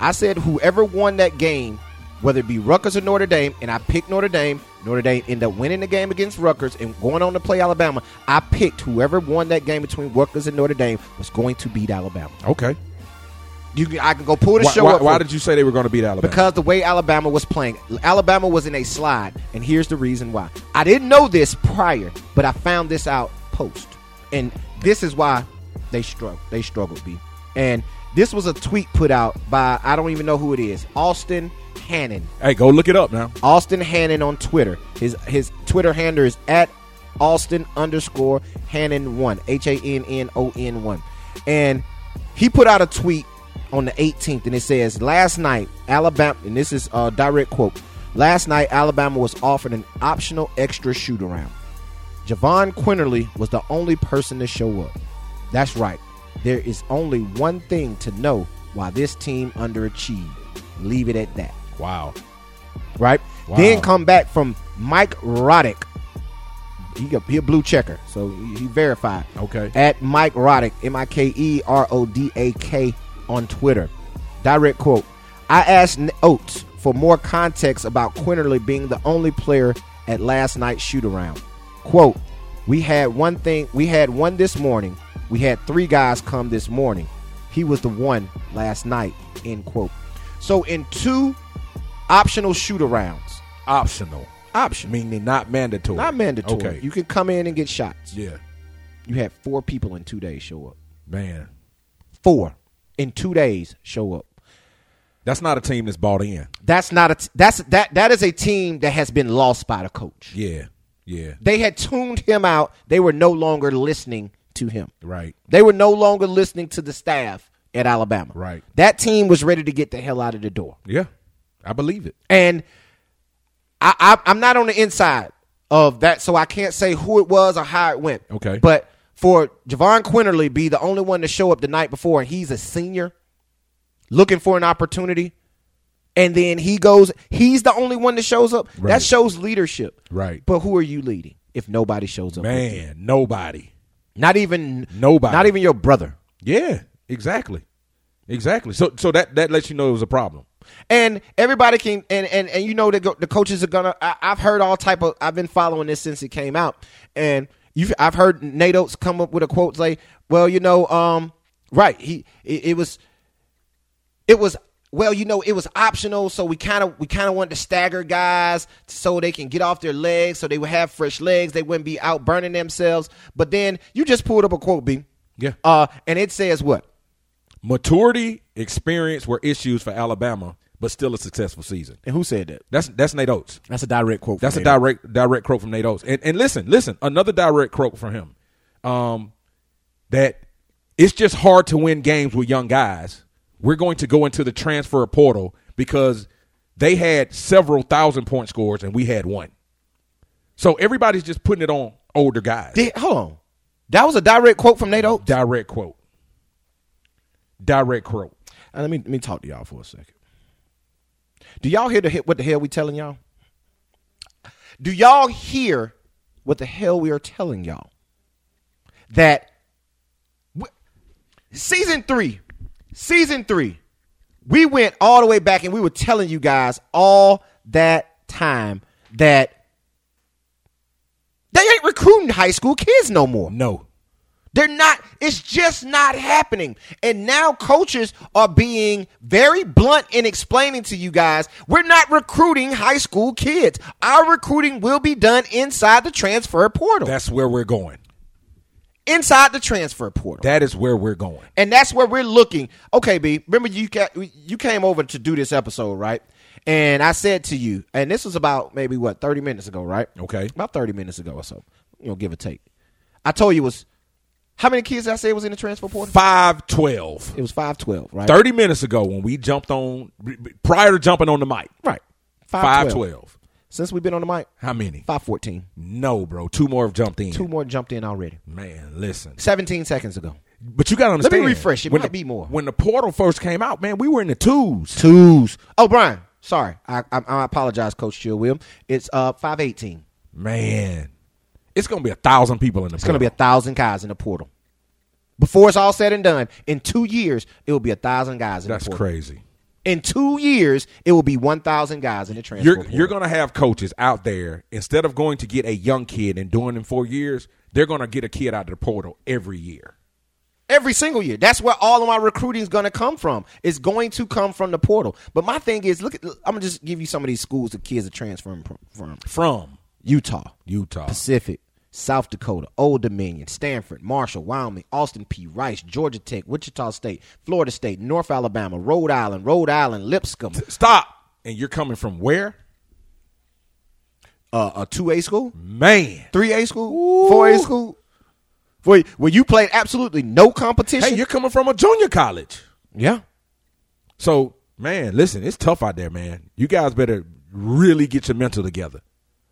Speaker 2: I said whoever won that game, whether it be Rutgers or Notre Dame, and I picked Notre Dame. Notre Dame ended up winning the game against Rutgers and going on to play Alabama. I picked whoever won that game between Rutgers and Notre Dame was going to beat Alabama.
Speaker 3: Okay.
Speaker 2: You, can- I can go pull the
Speaker 3: Why,
Speaker 2: show
Speaker 3: why,
Speaker 2: up.
Speaker 3: why
Speaker 2: for-
Speaker 3: did you say they were going to beat Alabama?
Speaker 2: because the way Alabama was playing, Alabama was in a slide, and here's the reason why. I didn't know this prior, but I found this out post, and this is why they struggled. They struggled, B. And This was a tweet put out by I don't even know who it is, Austin Hannon.
Speaker 3: Hey, go look it up now.
Speaker 2: Austin Hannon on Twitter. His his Twitter handle is at Austin underscore Hannon one H A N N O N one, and he put out a tweet on the 18th, and it says, "Last night, Alabama, and this is a direct quote. Last night, Alabama was offered an optional extra shoot around. Javon Quinterly was the only person to show up. That's right. There is only one thing to know why this team underachieved. Leave it at that."
Speaker 3: Wow.
Speaker 2: right?
Speaker 3: Wow.
Speaker 2: Then come back from Mike Roddick. He a, he a blue checker, so he, he verified.
Speaker 3: Okay.
Speaker 2: At Mike Roddick, M I K E R O D A K on Twitter. Direct quote I asked N- Oates for more context about Quinterly being the only player at last night's shoot around. Quote We had one thing, we had one this morning. We had three guys come this morning. He was the one last night, end quote. So in two optional shoot arounds.
Speaker 3: Optional. Optional. Meaning not mandatory.
Speaker 2: Not mandatory.
Speaker 3: Okay.
Speaker 2: You can come in and get shots.
Speaker 3: yeah.
Speaker 2: You had four people in two days show up.
Speaker 3: Man.
Speaker 2: Four in two days show up.
Speaker 3: That's not a team that's bought in.
Speaker 2: That's not a t- that's that that is a team that has been lost by the coach.
Speaker 3: Yeah. Yeah.
Speaker 2: They had tuned him out. They were no longer listening to him.
Speaker 3: Right.
Speaker 2: They were no longer listening to the staff at Alabama.
Speaker 3: Right.
Speaker 2: That team was ready to get the hell out of the door.
Speaker 3: Yeah. I believe it.
Speaker 2: And I, I I'm not on the inside of that, so I can't say who it was or how it went.
Speaker 3: Okay.
Speaker 2: But for Javon Quinterly be the only one to show up the night before, and he's a senior looking for an opportunity, and then he goes, he's the only one that shows up.
Speaker 3: Right.
Speaker 2: That shows leadership.
Speaker 3: Right.
Speaker 2: But who are you leading if nobody shows up? with you?
Speaker 3: Man, nobody.
Speaker 2: Not even
Speaker 3: Nobody.
Speaker 2: Not even your brother.
Speaker 3: Yeah, exactly. Exactly. So so that that lets you know it was a problem.
Speaker 2: and everybody can and and, and you know the go- the coaches are gonna I, i've heard all type of i've been following this since it came out and you've i've heard nate oates come up with a quote like well you know um right he it, it was it was well you know it was optional so we kind of we kind of wanted to stagger guys so they can get off their legs so they would have fresh legs they wouldn't be out burning themselves but then you just pulled up a quote b
Speaker 3: Yeah.
Speaker 2: uh and it says what
Speaker 3: Maturity, experience were issues for Alabama, but still a successful season.
Speaker 2: and who said that
Speaker 3: That's that's Nate Oates.
Speaker 2: that's a direct quote
Speaker 3: That's a direct direct quote from Nate Oates. And and listen, listen, another direct quote from him. Um that it's just hard to win games with young guys. We're going to go into the transfer portal because they had several thousand point scores and we had one. So everybody's just putting it on older guys.
Speaker 2: Did, hold on. That was a direct quote from Nate Oates.
Speaker 3: Direct quote. Direct quote.
Speaker 2: Uh, let me let me talk to y'all for a second. Do y'all hear the he- what the hell we telling y'all? Do y'all hear what the hell we are telling y'all? That w- season three, season three, we went all the way back and we were telling you guys all that time that they ain't recruiting high school kids no more.
Speaker 3: No.
Speaker 2: They're not, it's just not happening. And now coaches are being very blunt in explaining to you guys we're not recruiting high school kids. Our recruiting will be done inside the transfer portal.
Speaker 3: That's where we're going.
Speaker 2: inside the transfer portal.
Speaker 3: That is where we're going.
Speaker 2: and that's where we're looking. Okay, B, remember you, ca- you came over to do this episode, right? And I said to you, and this was about maybe what, 30 minutes ago, right?
Speaker 3: Okay.
Speaker 2: About 30 minutes ago or so, you know, give or take. I told you it was, how many kids did I say was in the transfer portal?
Speaker 3: 512.
Speaker 2: It was five twelve, right?
Speaker 3: 30 minutes ago when we jumped on, b- b- prior to jumping on the mic.
Speaker 2: Right. 512.
Speaker 3: 512.
Speaker 2: Since we've been on the mic,
Speaker 3: How many?
Speaker 2: five fourteen.
Speaker 3: No, bro. Two more have jumped in.
Speaker 2: Two more jumped in already.
Speaker 3: Man, listen.
Speaker 2: Seventeen seconds ago.
Speaker 3: But you got to
Speaker 2: me
Speaker 3: understand.
Speaker 2: refresh. It
Speaker 3: when
Speaker 2: might
Speaker 3: the-
Speaker 2: be more.
Speaker 3: When the portal first came out, man, we were in the twos.
Speaker 2: Twos. Oh, Brian. Sorry, I I, I apologize, Coach Chill Will. It's uh five eighteen.
Speaker 3: Man, it's going to be a thousand people in the
Speaker 2: It's gonna be a thousand guys in the portal. Before it's all said and done, in two years it will be a thousand guys in
Speaker 3: That's
Speaker 2: the portal.
Speaker 3: crazy.
Speaker 2: In two years, it will be one thousand guys in the transfer.
Speaker 3: you're
Speaker 2: portal.
Speaker 3: you're going to have coaches out there instead of going to get a young kid and doing in four years, they're going to get a kid out of the portal every year.
Speaker 2: Every single year. That's where all of my recruiting is going to come from. It's going to come from the portal. But my thing is, look at. I'm gonna just give you some of these schools the kids are transferring from. from.
Speaker 3: From
Speaker 2: Utah,
Speaker 3: Utah,
Speaker 2: Pacific, South Dakota, Old Dominion, Stanford, Marshall, Wyoming, Austin P. Rice, Georgia Tech, Wichita State, Florida State, North Alabama, Rhode Island, Rhode Island, Lipscomb,
Speaker 3: Stop. And you're coming from where?
Speaker 2: uh, a two A school,
Speaker 3: Man.
Speaker 2: three A school, four A school. Where, where you played absolutely no competition.
Speaker 3: Hey, you're coming from a junior college.
Speaker 2: yeah.
Speaker 3: So, man, listen, it's tough out there, man. You guys better really get your mental together.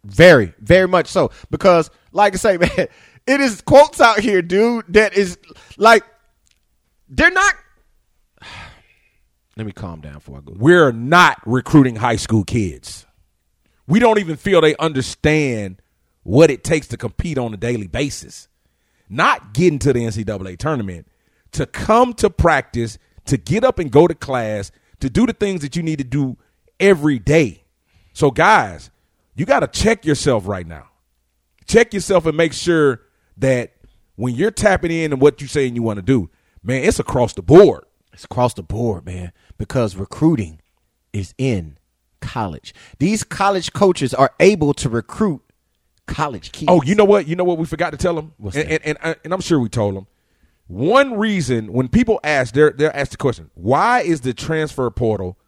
Speaker 2: Very, very much so. Because, like I say, man, it is quotes out here, dude, that is like, they're not. Let me calm down before I go.
Speaker 3: We're not recruiting high school kids. We don't even feel they understand what it takes to compete on a daily basis. Not getting to the NCAA tournament, to come to practice, to get up and go to class, to do the things that you need to do every day. So, guys, you got to check yourself right now. check yourself and make sure that when you're tapping in and what you saying you want to do, man, it's across the board.
Speaker 2: It's across the board, man, because recruiting is in college. These college coaches are able to recruit college kids.
Speaker 3: Oh, you know what? You know what? We forgot to tell them,
Speaker 2: What's
Speaker 3: and, and, and uh, and I'm sure we told them. One reason when people ask, they're they're asked the question: Why is the transfer portal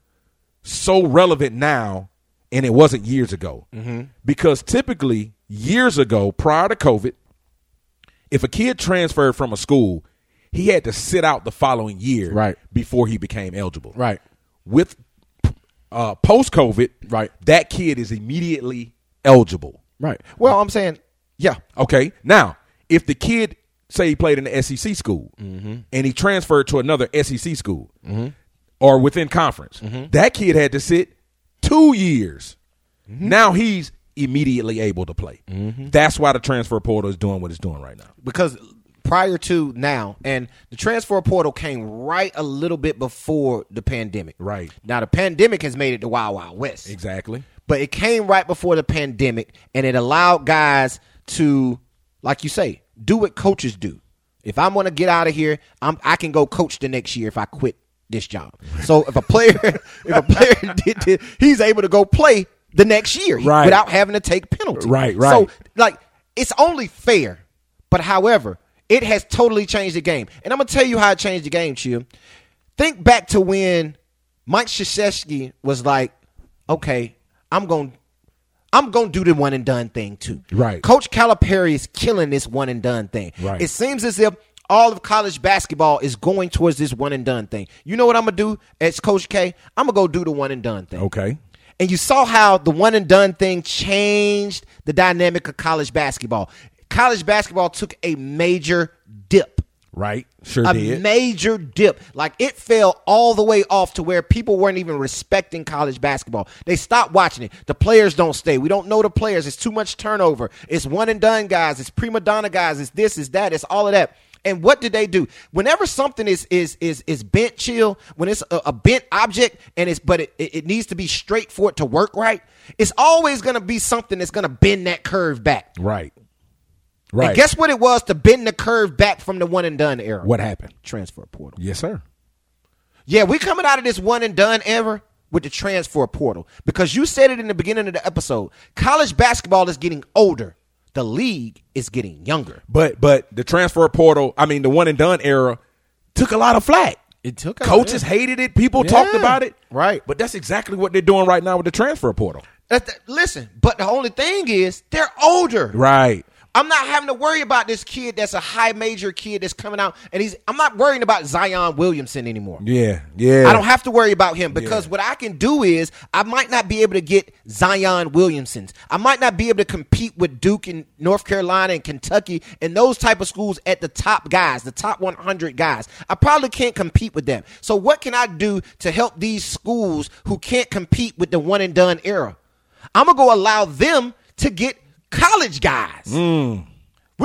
Speaker 3: so relevant now, and it wasn't years ago?
Speaker 2: Mm-hmm.
Speaker 3: Because typically, years ago, prior to COVID, if a kid transferred from a school, he had to sit out the following year
Speaker 2: Right.
Speaker 3: before he became eligible.
Speaker 2: Right.
Speaker 3: With uh, post COVID,
Speaker 2: Right.
Speaker 3: that kid is immediately eligible.
Speaker 2: right. Well, I'm saying, yeah,
Speaker 3: Okay. Now, if the kid say he played in the SEC school and he transferred to another SEC school or within conference, that kid had to sit two years. Now he's immediately able to play. That's why the transfer portal is doing what it's doing right now.
Speaker 2: because prior to now, and the transfer portal came right a little bit before the pandemic.
Speaker 3: Right.
Speaker 2: Now, the pandemic has made it the Wild Wild West.
Speaker 3: Exactly.
Speaker 2: but it came right before the pandemic and it allowed guys to like you say do what coaches do if i'm going to get out of here I'm, i can go coach the next year if i quit this job so if a player if a player did this, he's able to go play the next year
Speaker 3: Right.
Speaker 2: without having to take penalties
Speaker 3: Right,
Speaker 2: so
Speaker 3: right.
Speaker 2: like it's only fair but however it has totally changed the game and i'm going to tell you how it changed the game chill think back to when mike Krzyzewski was like okay i'm going I'm gonna do the one and done thing too.
Speaker 3: Right.
Speaker 2: Coach Calipari is killing this one and done thing.
Speaker 3: Right.
Speaker 2: It seems as if all of college basketball is going towards this one and done thing. You know what I'm gonna do as Coach K? I'm gonna go do the one and done thing.
Speaker 3: Okay.
Speaker 2: And you saw how the one and done thing changed the dynamic of college basketball. College basketball took a major dip.
Speaker 3: Right. Sure
Speaker 2: A
Speaker 3: did.
Speaker 2: major dip. Like it fell all the way off to where people weren't even respecting college basketball. They stopped watching it. The players don't stay. We don't know the players. It's too much turnover. It's one and done guys. It's prima donna guys. It's this, it's that, it's all of that. And what did they do? Whenever something is is is is bent chill, when it's a, a bent object and it's but it, it it needs to be straight for it to work right, it's always gonna be something that's gonna bend that curve back.
Speaker 3: Right. Right.
Speaker 2: And guess what it was to bend the curve back from the one and done era?
Speaker 3: what happened?
Speaker 2: transfer portal.
Speaker 3: Yes, sir.
Speaker 2: Yeah, we coming out of this one and done ever with the transfer portal because you said it in the beginning of the episode. College basketball is getting older. The league is getting younger.
Speaker 3: But but the transfer portal, I mean the one and done era, took a lot of flack.
Speaker 2: It took a-
Speaker 3: coaches hated it. People talked
Speaker 2: Yeah.
Speaker 3: about it.
Speaker 2: Right.
Speaker 3: But that's exactly what they're doing right now with the transfer portal.
Speaker 2: That's the- listen, but the only thing is they're older.
Speaker 3: Right.
Speaker 2: I'm not having to worry about this kid that's a high major kid that's coming out, and he's. I'm not worrying about Zion Williamson anymore.
Speaker 3: Yeah. Yeah.
Speaker 2: I don't have to worry about him because what I can do is I might not be able to get Zion Williamson's. I might not be able to compete with Duke and North Carolina and Kentucky and those type of schools at the top guys, the top 100 guys. I probably can't compete with them. So what can I do to help these schools who can't compete with the one and done era? I'm going to go allow them to get college guys. We're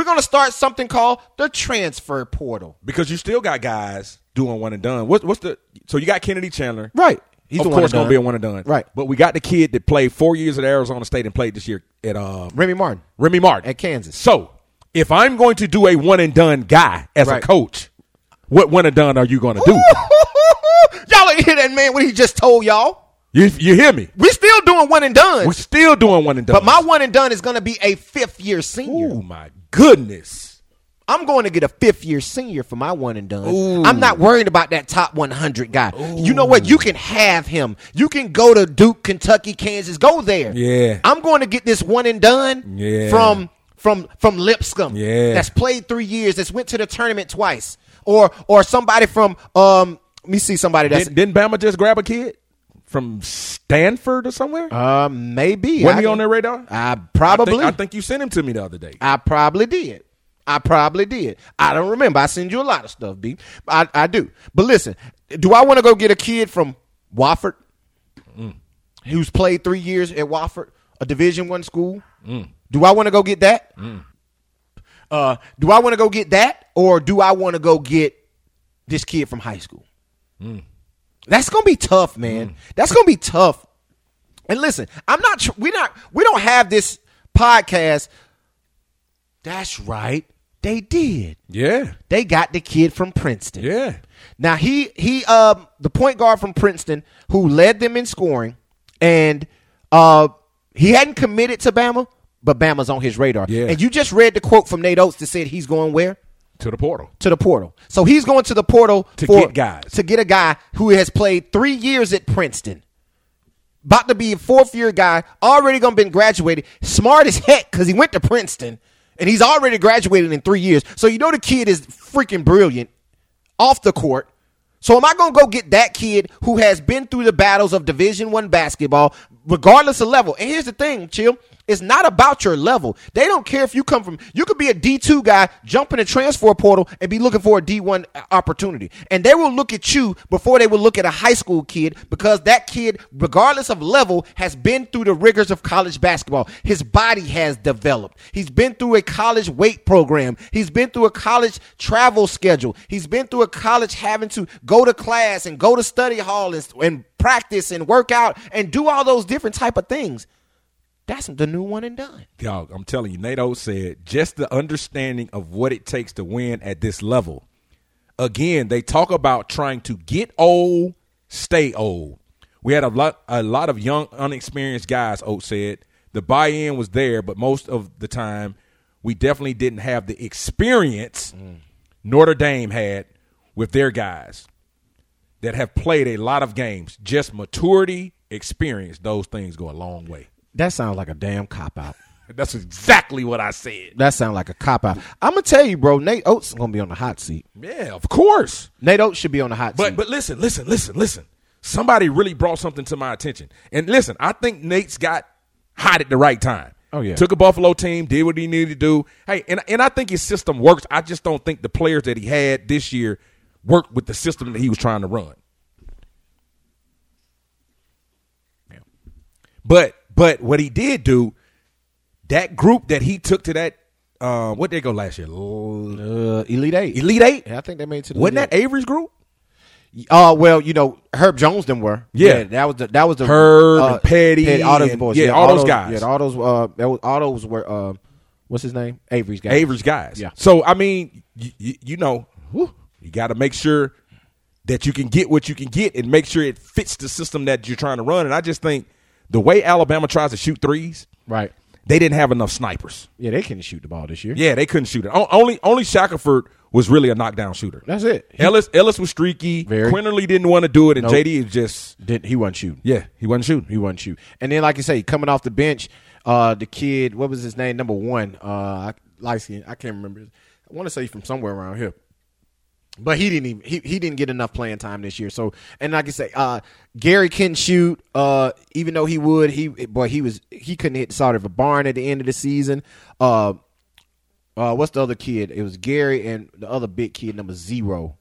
Speaker 2: going to start something called the transfer portal.
Speaker 3: because you still got guys doing one and done. What, what's the so you got Kennedy Chandler.
Speaker 2: Right. He's
Speaker 3: of
Speaker 2: a one
Speaker 3: course
Speaker 2: and
Speaker 3: gonna
Speaker 2: done.
Speaker 3: be a one and done.
Speaker 2: Right.
Speaker 3: But we got the kid that played four years at Arizona State and played this year at uh
Speaker 2: Remy Martin.
Speaker 3: Remy Martin.
Speaker 2: At Kansas.
Speaker 3: So if I'm going to do a one and done guy as
Speaker 2: Right.
Speaker 3: a coach, what one and done are you gonna do?
Speaker 2: y'all ain't hear that man what he just told y'all.
Speaker 3: You you hear me?
Speaker 2: We're still doing one and done.
Speaker 3: We're still doing one and done.
Speaker 2: But my one and done is going to be a fifth year senior.
Speaker 3: oh my goodness.
Speaker 2: I'm going to get a fifth year senior for my one and done.
Speaker 3: Ooh.
Speaker 2: I'm not worried about that top 100 guy. You know what? You can have him. You can go to Duke, Kentucky, Kansas. Go there.
Speaker 3: Yeah.
Speaker 2: I'm going to get this one and done
Speaker 3: Yeah.
Speaker 2: from from from Lipscomb.
Speaker 3: Yeah.
Speaker 2: That's played three years. That's went to the tournament twice. Or or somebody from um. Let me see somebody that's
Speaker 3: Didn't, didn't Bama just grab a kid from Stanford or somewhere?
Speaker 2: uh, maybe
Speaker 3: Wasn't
Speaker 2: I
Speaker 3: he on
Speaker 2: can-
Speaker 3: their radar?
Speaker 2: I
Speaker 3: I
Speaker 2: probably
Speaker 3: think, I think you sent him to me the other day.
Speaker 2: I probably did. I probably did. I don't remember. I send you a lot of stuff, B. I, I do. But listen, do I want to go get a kid from Wofford who's played three years at Wofford, a Division One school? Do I want to go get that? Uh, do I want to go get that, or do I want to go get this kid from high school? That's gonna be tough, man. That's gonna be tough. And listen, I'm not. Tr- we're not. We don't have this podcast. That's right. They did.
Speaker 3: Yeah,
Speaker 2: They got the kid from Princeton.
Speaker 3: yeah.
Speaker 2: Now he he um the point guard from Princeton who led them in scoring, and uh he hadn't committed to Bama, but Bama's on his radar.
Speaker 3: Yeah.
Speaker 2: And you just read the quote from Nate Oates that said he's going where
Speaker 3: To the portal.
Speaker 2: to the portal. So he's going to the portal
Speaker 3: To
Speaker 2: for,
Speaker 3: get guys.
Speaker 2: to get a guy who has played three years at Princeton, about to be a fourth year guy, already gonna been graduated, smart as heck because he went to Princeton and he's already graduated in three years. So you know the kid is freaking brilliant off the court. So am I gonna go get that kid who has been through the battles of Division One basketball, regardless of level? And here's the thing, chill. It's not about your level. They don't care if you come from. You could be a D two guy, jump in the transfer portal, and be looking for a D one opportunity. And they will look at you before they will look at a high school kid because that kid, regardless of level, has been through the rigors of college basketball. His body has developed. He's been through a college weight program. He's been through a college travel schedule. He's been through a college having to go to class and go to study hall and, and practice and work out and do all those different type of things. That's the new one and done.
Speaker 3: Dog, I'm telling you, NATO said just the understanding of what it takes to win at this level. Again, they talk about trying to get old, stay old. We had a lot, a lot of young, unexperienced guys. Oates said the buy-in was there, but most of the time, we definitely didn't have the experience Notre Dame had with their guys that have played a lot of games. Just maturity, experience, those things go a long way.
Speaker 2: That sounds like a damn cop out.
Speaker 3: That's exactly what I said.
Speaker 2: That sounds like a cop out. I'm gonna tell you, bro. Nate Oates is gonna be on the hot seat.
Speaker 3: Yeah, of course.
Speaker 2: Nate Oates should be on the hot
Speaker 3: But
Speaker 2: seat.
Speaker 3: but listen, listen, listen, listen. Somebody really brought something to my attention. And listen, I think Nate's got hot at the right time.
Speaker 2: Oh, yeah.
Speaker 3: Took a Buffalo team, did what he needed to do. Hey, and and I think his system works. I just don't think the players that he had this year worked with the system that he was trying to run. But but what he did do, that group that he took to that uh, what they go last year? L-
Speaker 2: uh, Elite Eight.
Speaker 3: Elite Eight?
Speaker 2: Yeah, I think they made it to the
Speaker 3: Wasn't
Speaker 2: Elite
Speaker 3: that Avery's group?
Speaker 2: Oh well, you know Herb Jones them were.
Speaker 3: Yeah.
Speaker 2: that was the that was the
Speaker 3: Herb and Petty
Speaker 2: all those
Speaker 3: and-
Speaker 2: boys.
Speaker 3: yeah, all those guys.
Speaker 2: Yeah, all those uh, that was- all those were uh, what's his name? Avery's guys.
Speaker 3: Avery's guys.
Speaker 2: Yeah.
Speaker 3: So I mean, you, you, you know, whew, you got to make sure that you can get what you can get and make sure it fits the system that you're trying to run. And I just think the way Alabama tries to shoot threes,
Speaker 2: Right.
Speaker 3: they didn't have enough snipers.
Speaker 2: Yeah, they couldn't shoot the ball this year.
Speaker 3: Yeah, they couldn't shoot it. O- only only Shackelford was really a knockdown shooter.
Speaker 2: That's it. He
Speaker 3: Ellis Ellis was streaky.
Speaker 2: Very.
Speaker 3: Quinterly didn't want to do it, and
Speaker 2: Nope.
Speaker 3: JD is just
Speaker 2: didn't. He wasn't shooting.
Speaker 3: yeah, he wasn't shooting.
Speaker 2: He wasn't shooting. And then, like you say, coming off the bench, uh, the kid, what was his name? Number one, uh, light skin. I can't remember. his- I want to say he's from somewhere around here. But he didn't even he, he didn't get enough playing time this year. So and like I say, uh, Gary can shoot. Uh, even though he would, he boy he was he couldn't hit the side of a barn at the end of the season. Uh, uh, what's the other kid? It was Gary and the other big kid, number zero.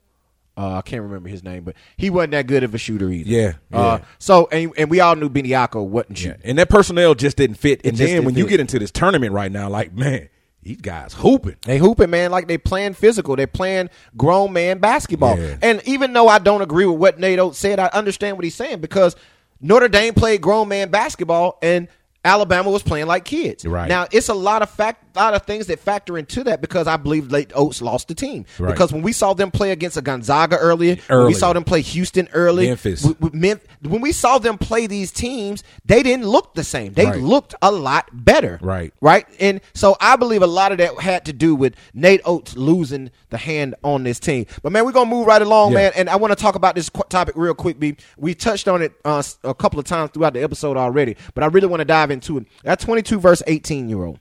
Speaker 2: Uh, I can't remember his name, but he wasn't that good of a shooter either.
Speaker 3: Yeah,
Speaker 2: Uh,
Speaker 3: yeah.
Speaker 2: so and and we all knew Beniaco wasn't shooting.
Speaker 3: And that personnel just didn't fit. And
Speaker 2: just
Speaker 3: then when
Speaker 2: didn't
Speaker 3: you
Speaker 2: fit.
Speaker 3: get into this tournament right now, like man, these guys hooping.
Speaker 2: They hooping, man, like they playing physical. They playing grown man basketball.
Speaker 3: Yeah.
Speaker 2: And even though I don't agree with what Nate Oates said, I understand what he's saying because Notre Dame played grown man basketball and Alabama was playing like kids.
Speaker 3: Right.
Speaker 2: Now it's a lot of fact, lot of things that factor into that because I believe Lake Oaks lost the team
Speaker 3: Right.
Speaker 2: because when we saw them play against a Gonzaga earlier, when we
Speaker 3: Earlier.
Speaker 2: saw them play Houston early,
Speaker 3: Memphis.
Speaker 2: w- w- Mem- when we saw them play these teams, they didn't look the same. They
Speaker 3: Right.
Speaker 2: looked a lot better.
Speaker 3: Right.
Speaker 2: Right. And so I believe a lot of that had to do with Nate Oates losing the hand on this team. But man, we're gonna move right along,
Speaker 3: Yeah.
Speaker 2: man. And I want to talk about this qu- topic real quick. B. We touched on it uh, s- a couple of times throughout the episode already, but I really want to dive into it. That 22 verse 18 year old.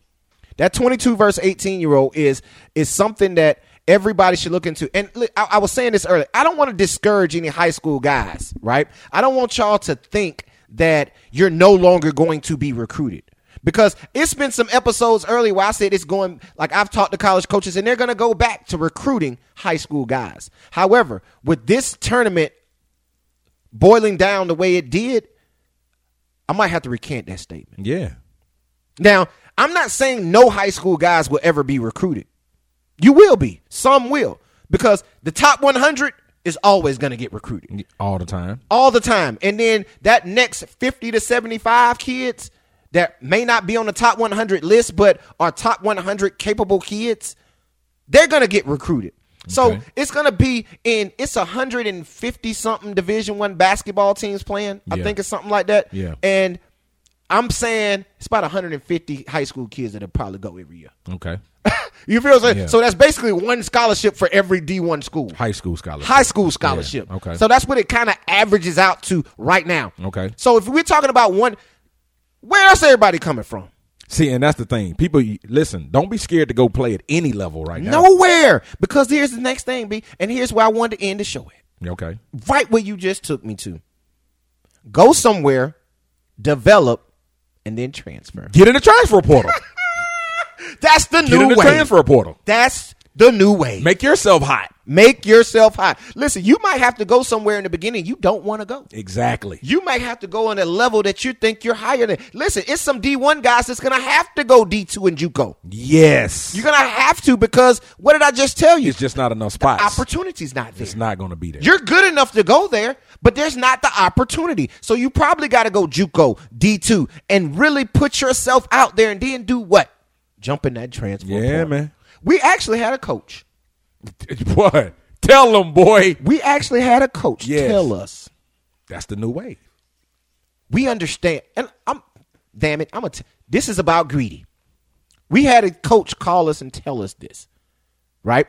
Speaker 2: That 22 verse 18 year old is is something that everybody should look into. And li- I, I was saying this earlier. I don't want to discourage any high school guys, right? I don't want y'all to think that you're no longer going to be recruited because it's been some episodes early where I said it's going like I've talked to college coaches and they're going to go back to recruiting high school guys. However, with this tournament boiling down the way it did, I might have to recant that statement.
Speaker 3: Yeah.
Speaker 2: Now, I'm not saying no high school guys will ever be recruited. You will be. Some will because the top 100 is always going to get recruited
Speaker 3: All the time.
Speaker 2: all the time. And then that next 50 to 75 kids that may not be on the top 100 list, but are top 100 capable kids, they're going to get recruited. So
Speaker 3: Okay.
Speaker 2: it's going to be in it's 150 something division 1 basketball teams playing. I
Speaker 3: Yeah.
Speaker 2: think it's something like that.
Speaker 3: Yeah.
Speaker 2: And I'm saying it's about 150 high school kids that'll probably go every year.
Speaker 3: Okay.
Speaker 2: You feel what I'm saying?
Speaker 3: Yeah.
Speaker 2: So that's basically one scholarship for every D1 school
Speaker 3: High school scholarship.
Speaker 2: high school scholarship.
Speaker 3: Yeah, okay.
Speaker 2: So that's what it kind of averages out to right now.
Speaker 3: Okay.
Speaker 2: So if we're talking about one, where else everybody coming from?
Speaker 3: See, and that's the thing. People, you- listen. Don't be scared to go play at any level right now.
Speaker 2: Nowhere. Because here's the next thing, B, and here's where I wanted to end the show at.
Speaker 3: Okay.
Speaker 2: Right where you just took me to. Go somewhere, develop, and then transfer.
Speaker 3: Get in the transfer portal.
Speaker 2: That's the
Speaker 3: Get in
Speaker 2: new
Speaker 3: the
Speaker 2: way.
Speaker 3: transfer portal.
Speaker 2: That's the new way. Make,
Speaker 3: Make yourself hot.
Speaker 2: yourself hot. Listen, you might have to go somewhere in the beginning you don't want to go.
Speaker 3: Exactly.
Speaker 2: You might have to go on a level that you think you're higher than. Listen, it's some D1 guys that's going to have to go D2 and JUCO.
Speaker 3: Yes.
Speaker 2: You're going to have to because what did I just tell you?
Speaker 3: it's just not enough spots.
Speaker 2: Opportunity's not there.
Speaker 3: it's not going to be there.
Speaker 2: You're good enough to go there, but there's not the opportunity. So you probably got to go JUCO, D2, and really put yourself out there and then do what? Jump in that transfer.
Speaker 3: Yeah,
Speaker 2: portal.
Speaker 3: man.
Speaker 2: We actually had a coach.
Speaker 3: what? Tell them, boy.
Speaker 2: We actually had a coach
Speaker 3: Yes.
Speaker 2: tell us
Speaker 3: That's the new way.
Speaker 2: we understand and i'm damn it i'm a t- this is about greedy we had a coach call us and tell us this right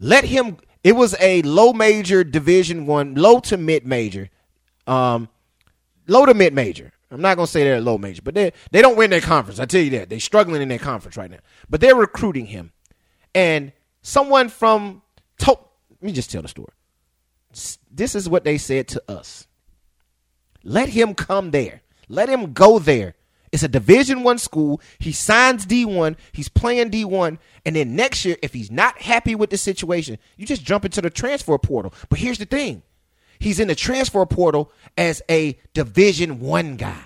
Speaker 2: let him it was a low major division one low to mid major um low to mid major i'm not going to say they're low major but they they don't win their conference i tell you that they're struggling in their conference right now but they're recruiting him and someone from to- let me just tell the story S- this is what they said to us let him come there. Let him go there. It's a Division One school. He signs D one. He's playing D one, and then next year, if he's not happy with the situation, you just jump into the transfer portal. But here's the thing: he's in the transfer portal as a Division One guy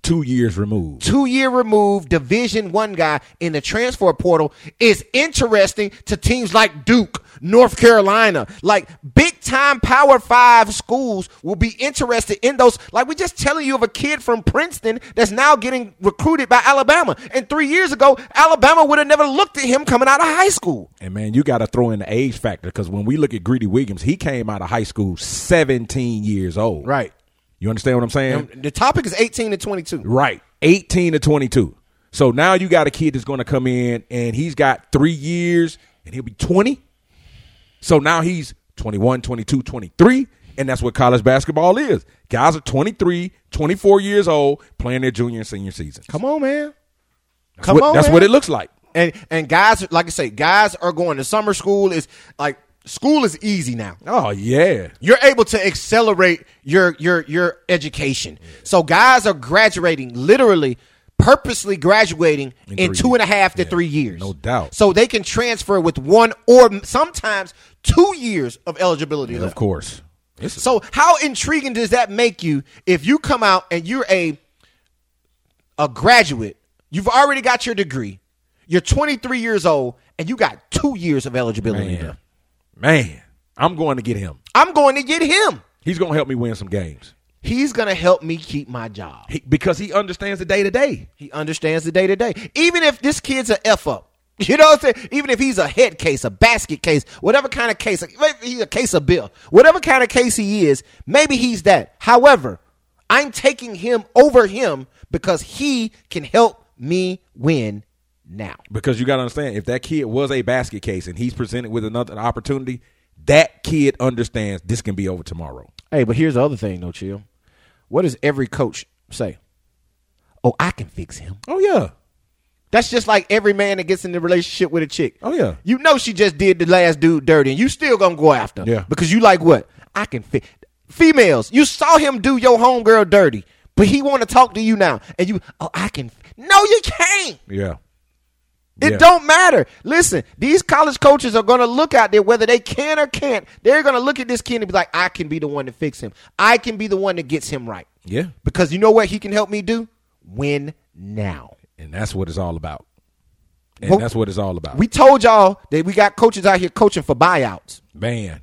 Speaker 3: Two years removed.
Speaker 2: two year removed division one guy in the transfer portal is interesting to teams like duke north carolina like big time power five schools will be interested in those like we're just telling you of a kid from princeton that's now getting recruited by alabama and three years ago alabama would have never looked at him coming out of high school
Speaker 3: And man, you got to throw in the age factor because when we look at Greedy Williams, he came out of high school 17 years old.
Speaker 2: Right.
Speaker 3: You understand what I'm saying?
Speaker 2: And the topic is 18 to 22
Speaker 3: Right. 18 to 22. So now you got a kid that's going to come in and he's got three years and he'll be 20. So now he's 21, 22, 23. And that's what college basketball is. Guys are 23, 24 years old playing their junior and senior season.
Speaker 2: come on man
Speaker 3: That's
Speaker 2: come
Speaker 3: what,
Speaker 2: on
Speaker 3: That's
Speaker 2: man.
Speaker 3: what it looks like.
Speaker 2: and and guys like i say guys are going to summer school is like school is easy now
Speaker 3: Oh, yeah.
Speaker 2: you're able to accelerate your your your education. So guys are graduating literally purposely graduating in,
Speaker 3: In three
Speaker 2: two and a
Speaker 3: years.
Speaker 2: half to
Speaker 3: Yeah,
Speaker 2: three years.
Speaker 3: no doubt.
Speaker 2: So they can transfer with one or m- sometimes two years of eligibility
Speaker 3: Of
Speaker 2: left.
Speaker 3: course. It's-
Speaker 2: So how intriguing does that make you if you come out and you're a a graduate, you've already got your degree, you're 23 years old, and you got two years of eligibility
Speaker 3: man,
Speaker 2: left.
Speaker 3: man, I'm going to get him.
Speaker 2: I'm going to get him.
Speaker 3: He's going to help me win some games.
Speaker 2: He's gonna help me keep my job.
Speaker 3: He- because he understands the day to day.
Speaker 2: He understands the day to day. Even if this kid's an F up, you know what I'm saying? Even if he's a head case, a basket case, whatever kind of case, maybe he's a case of bill, whatever kind of case he is, maybe he's that. However, I'm taking him over him because he can help me win now.
Speaker 3: Because you got to understand, if that kid was a basket case and he's presented with another opportunity, that kid understands this can be over tomorrow.
Speaker 2: Hey, but here's the other thing, though, chill. What does every coach say? Oh, I can fix him.
Speaker 3: Oh yeah,
Speaker 2: That's just like every man that gets in a relationship with a chick.
Speaker 3: Oh, yeah.
Speaker 2: You know she just did the last dude dirty and you still gonna go after. her.
Speaker 3: Yeah.
Speaker 2: Because you like what? I can fit females, you saw him do your homegirl dirty, but he wanna talk to you now. And you oh I can fi-" No you can't.
Speaker 3: yeah.
Speaker 2: It
Speaker 3: Yeah.
Speaker 2: don't matter. Listen, these college coaches are going to look out there whether they can or can't. They're going to look at this kid and be like, I can be the one to fix him. I can be the one that gets him right.
Speaker 3: Yeah.
Speaker 2: Because you know what he can help me do? Win now.
Speaker 3: And that's what it's all about. And
Speaker 2: Well,
Speaker 3: that's what it's all about.
Speaker 2: We told y'all that we got coaches out here coaching for buyouts,
Speaker 3: Man,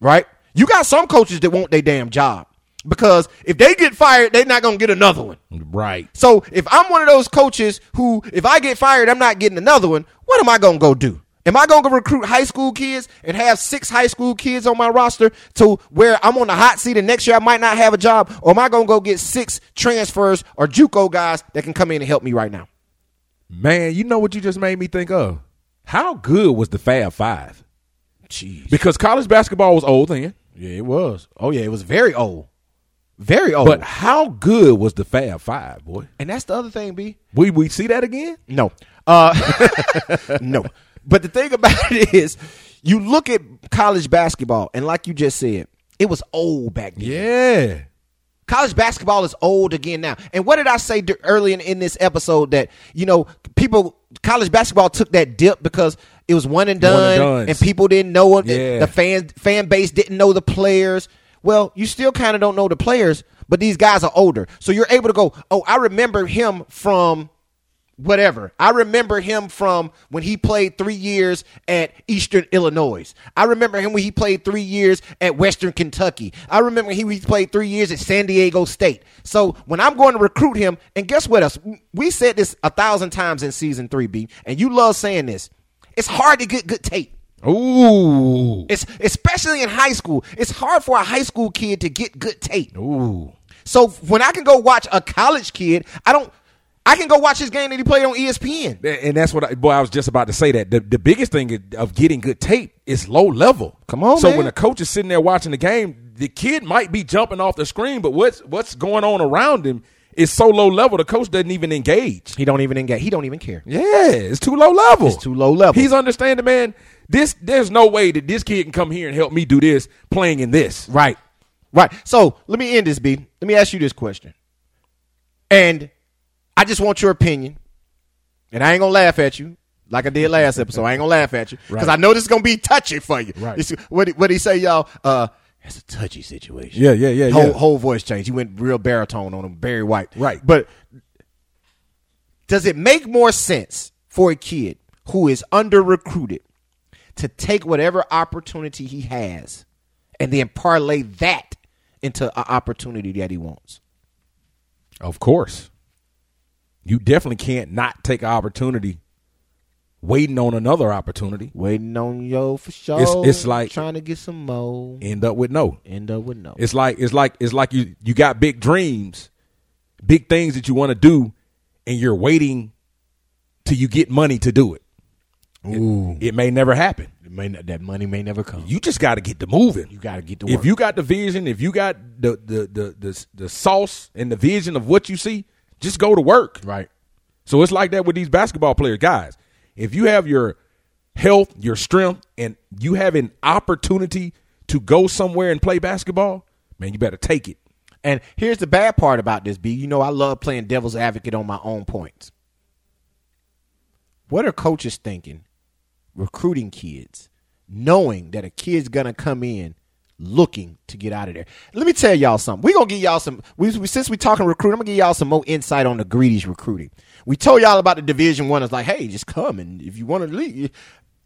Speaker 2: right? You got some coaches that want their damn job because if they get fired, they're not going to get another one.
Speaker 3: right?
Speaker 2: So if I'm one of those coaches who, if I get fired, I'm not getting another one, what am I going to go do? Am I going to recruit high school kids and have six high school kids on my roster to where I'm on the hot seat and next year I might not have a job? Or am I going to go get six transfers or Juco guys that can come in and help me right now?
Speaker 3: Man, you know what you just made me think of? How good was the Fab Five?
Speaker 2: Jeez.
Speaker 3: Because college basketball was old then,
Speaker 2: Yeah, it was. Oh, yeah, it was very old. Very old.
Speaker 3: but how good was the Fab Five, boy?
Speaker 2: and that's the other thing, B.
Speaker 3: We we see that again?
Speaker 2: No. Uh, no. But the thing about it is, you look at college basketball, and like you just said, it was old back then.
Speaker 3: Yeah,
Speaker 2: College basketball is old again now. And what did I say d- early in, in this episode that, you know, people, college basketball took that dip because it was one and done,
Speaker 3: One and dones.
Speaker 2: and people didn't know it.
Speaker 3: Yeah.
Speaker 2: The fan, fan base didn't know the players. Well, you still kind of don't know the players, but these guys are older. So you're able to go, oh, I remember him from whatever. I remember him from when he played three years at Eastern Illinois. I remember him when he played three years at Western Kentucky. I remember he he played three years at San Diego State. So when I'm going to recruit him, and guess what else? We said this a thousand times in season three, B, and you love saying this. It's hard to get good tape.
Speaker 3: Ooh,
Speaker 2: It's especially in high school. It's hard for a high school kid to get good tape.
Speaker 3: ooh,
Speaker 2: So when I can go watch a college kid, I don't. I can go watch his game that he played on E ESPN.
Speaker 3: A- and that's what I, boy I was just about to say that the, the biggest thing is- of getting good tape is low level.
Speaker 2: Come on,
Speaker 3: So
Speaker 2: man.
Speaker 3: when a coach is sitting there watching the game, the kid might be jumping off the screen, but what's what's going on around him is so low level. The coach doesn't even engage.
Speaker 2: He don't even engage. He don't even care.
Speaker 3: Yeah, it's too low level.
Speaker 2: It's too low level.
Speaker 3: He's understanding, man. This there's no way that this kid can come here and help me do this playing in this.
Speaker 2: Right. Right. So let me end this, B. Let me ask you this question. And I just want your opinion. And I ain't gonna laugh at you like I did last episode. I ain't gonna laugh at you because I know this is gonna be touchy for you.
Speaker 3: Right.
Speaker 2: This- what did- what did he say, y'all? Uh, it's a touchy situation.
Speaker 3: Yeah, yeah, yeah,
Speaker 2: Whole
Speaker 3: yeah.
Speaker 2: whole voice change. He went real baritone on him, Barry White.
Speaker 3: Right.
Speaker 2: But does it make more sense for a kid who is under recruited to take whatever opportunity he has and then parlay that into an opportunity that he wants?
Speaker 3: Of course. You definitely can't not take an opportunity waiting on another opportunity.
Speaker 2: Waiting on yo for sure.
Speaker 3: It's- it's like-
Speaker 2: trying to get some mo.
Speaker 3: End up with no.
Speaker 2: End up with no.
Speaker 3: It's like it's like it's like you you got big dreams, big things that you want to do, and you're waiting till you get money to do it.
Speaker 2: Oool.
Speaker 3: It may never happen.
Speaker 2: It may not, that money may never come.
Speaker 3: You just got to get to moving.
Speaker 2: You got to get to work.
Speaker 3: if you got the vision, if you got the the the the, the sauce and the vision of what you see, just go to work.
Speaker 2: right.
Speaker 3: So it's like that with these basketball players, guys. If you have your health, your strength, and you have an opportunity to go somewhere and play basketball, man, you better take it.
Speaker 2: And here's the bad part about this, B. You know, I love playing devil's advocate on my own points. What are coaches thinking recruiting kids, knowing that a kid's going to come in looking to get out of there? Let me tell y'all something. We're going to give y'all some, we, we- since we're talking recruiting, I'm going to give y'all some more insight on the Greedy's recruiting. We told y'all about the Division One. It's like, hey, just come. And if you want to leave,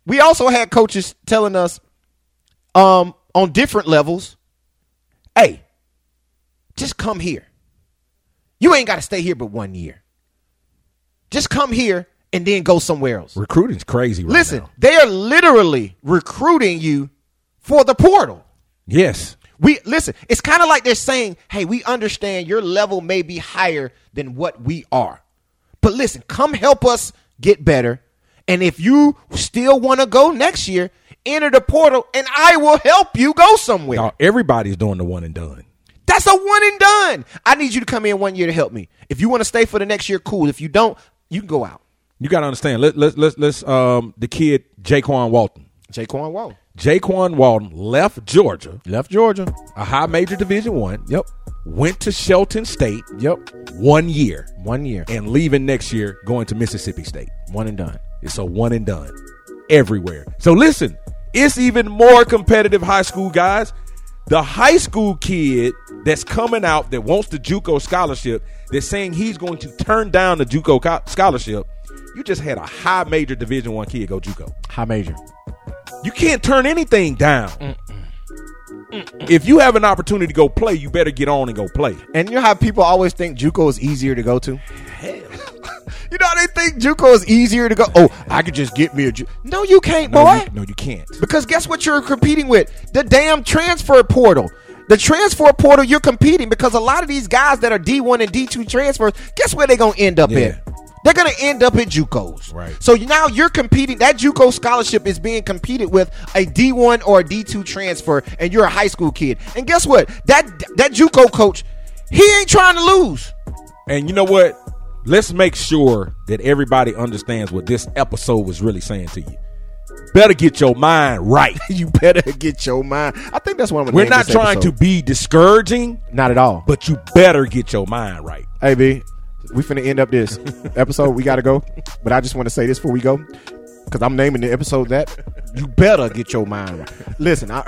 Speaker 2: we also had coaches telling us um, on different levels, hey, just come here. You ain't got to stay here but one year. Just come here and then go somewhere else.
Speaker 3: Recruiting's crazy right
Speaker 2: Listen,
Speaker 3: now.
Speaker 2: they are literally recruiting you for the portal.
Speaker 3: Yes.
Speaker 2: We listen, it's kind of like they're saying, "Hey, we understand your level may be higher than what we are. But listen, come help us get better. And if you still want to go next year, enter the portal and I will help you go somewhere."
Speaker 3: Now everybody's doing the one and done.
Speaker 2: That's a one and done. I need you to come in one year to help me. If you want to stay for the next year, cool. If you don't, you can go out.
Speaker 3: You gotta understand. Let let let let's um the kid Jaquan Walton.
Speaker 2: Jaquan Wall.
Speaker 3: Jaquan Walton left Georgia,
Speaker 4: Left Georgia.
Speaker 3: a high major division one.
Speaker 4: Yep.
Speaker 3: Went to Shelton State
Speaker 4: Yep.
Speaker 3: one year
Speaker 2: One year.
Speaker 3: and leaving next year going to Mississippi State.
Speaker 2: One and done.
Speaker 3: It's a one and done everywhere. So listen, it's even more competitive high school guys. The high school kid that's coming out that wants the JUCO scholarship, that's saying he's going to turn down the JUCO co- scholarship. You just had a high major Division One kid go JUCO.
Speaker 4: High major.
Speaker 3: You can't turn anything down. If you have an opportunity to go play, you better get on and go play.
Speaker 2: And you know how people always think JUCO is easier to go to? you know how they think JUCO is easier to go. Oh, I could just get me a Ju. No, you can't,
Speaker 3: No,
Speaker 2: boy.
Speaker 3: you, no, you can't.
Speaker 2: Because guess what you're competing with? The damn transfer portal. The transfer portal you're competing because a lot of these guys that are D1 and D2 transfers, guess where they're going to end up
Speaker 3: Yeah.
Speaker 2: at? They're going to end up at JUCOs.
Speaker 3: Right.
Speaker 2: So now you're competing. That JUCO scholarship is being competed with a D1 or a D2 transfer, and you're a high school kid. And guess what? That that JUCO coach, he ain't trying to lose.
Speaker 3: And you know what? Let's make sure that everybody understands what this episode was really saying to you. Better get your mind right.
Speaker 2: You better get your mind. I think that's what I'm. gonna
Speaker 3: We're
Speaker 2: name
Speaker 3: not
Speaker 2: this
Speaker 3: trying to
Speaker 2: episode.
Speaker 3: be discouraging,
Speaker 2: Not at all.
Speaker 3: but you better get your mind right.
Speaker 2: Hey, B, we finna end up this episode. We gotta go. But I just want to say this before we go, because I'm naming the episode that. You better get your mind right. Listen, I,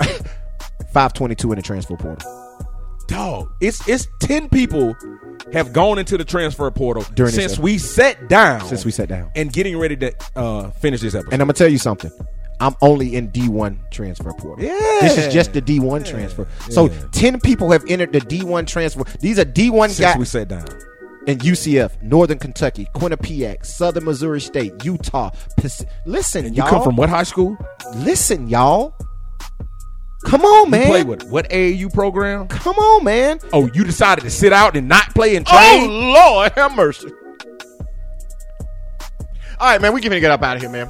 Speaker 2: 522 in the transfer portal.
Speaker 3: Dog, it's it's 10 people have gone into the transfer portal
Speaker 2: During this
Speaker 3: since
Speaker 2: episode.
Speaker 3: we sat down.
Speaker 2: Since we sat down.
Speaker 3: And getting ready to uh, finish this episode.
Speaker 2: And I'm gonna tell you something. I'm only in D1 transfer portal.
Speaker 3: Yeah.
Speaker 2: This is just the D1 transfer. So 10 people have entered the D1 transfer. These are D1
Speaker 3: since
Speaker 2: guys.
Speaker 3: we sat down.
Speaker 2: and UCF, Northern Kentucky, Quinnipiac, Southern Missouri State, Utah. Pas- listen,
Speaker 3: You
Speaker 2: y'all.
Speaker 3: come from what high school?
Speaker 2: Listen, y'all. Come on, man.
Speaker 3: Play with what AAU program?
Speaker 2: Come on, man.
Speaker 3: Oh, you decided to sit out and not play and train?
Speaker 2: Oh, Lord, have mercy. All right, man, we gonna get up out of here, man.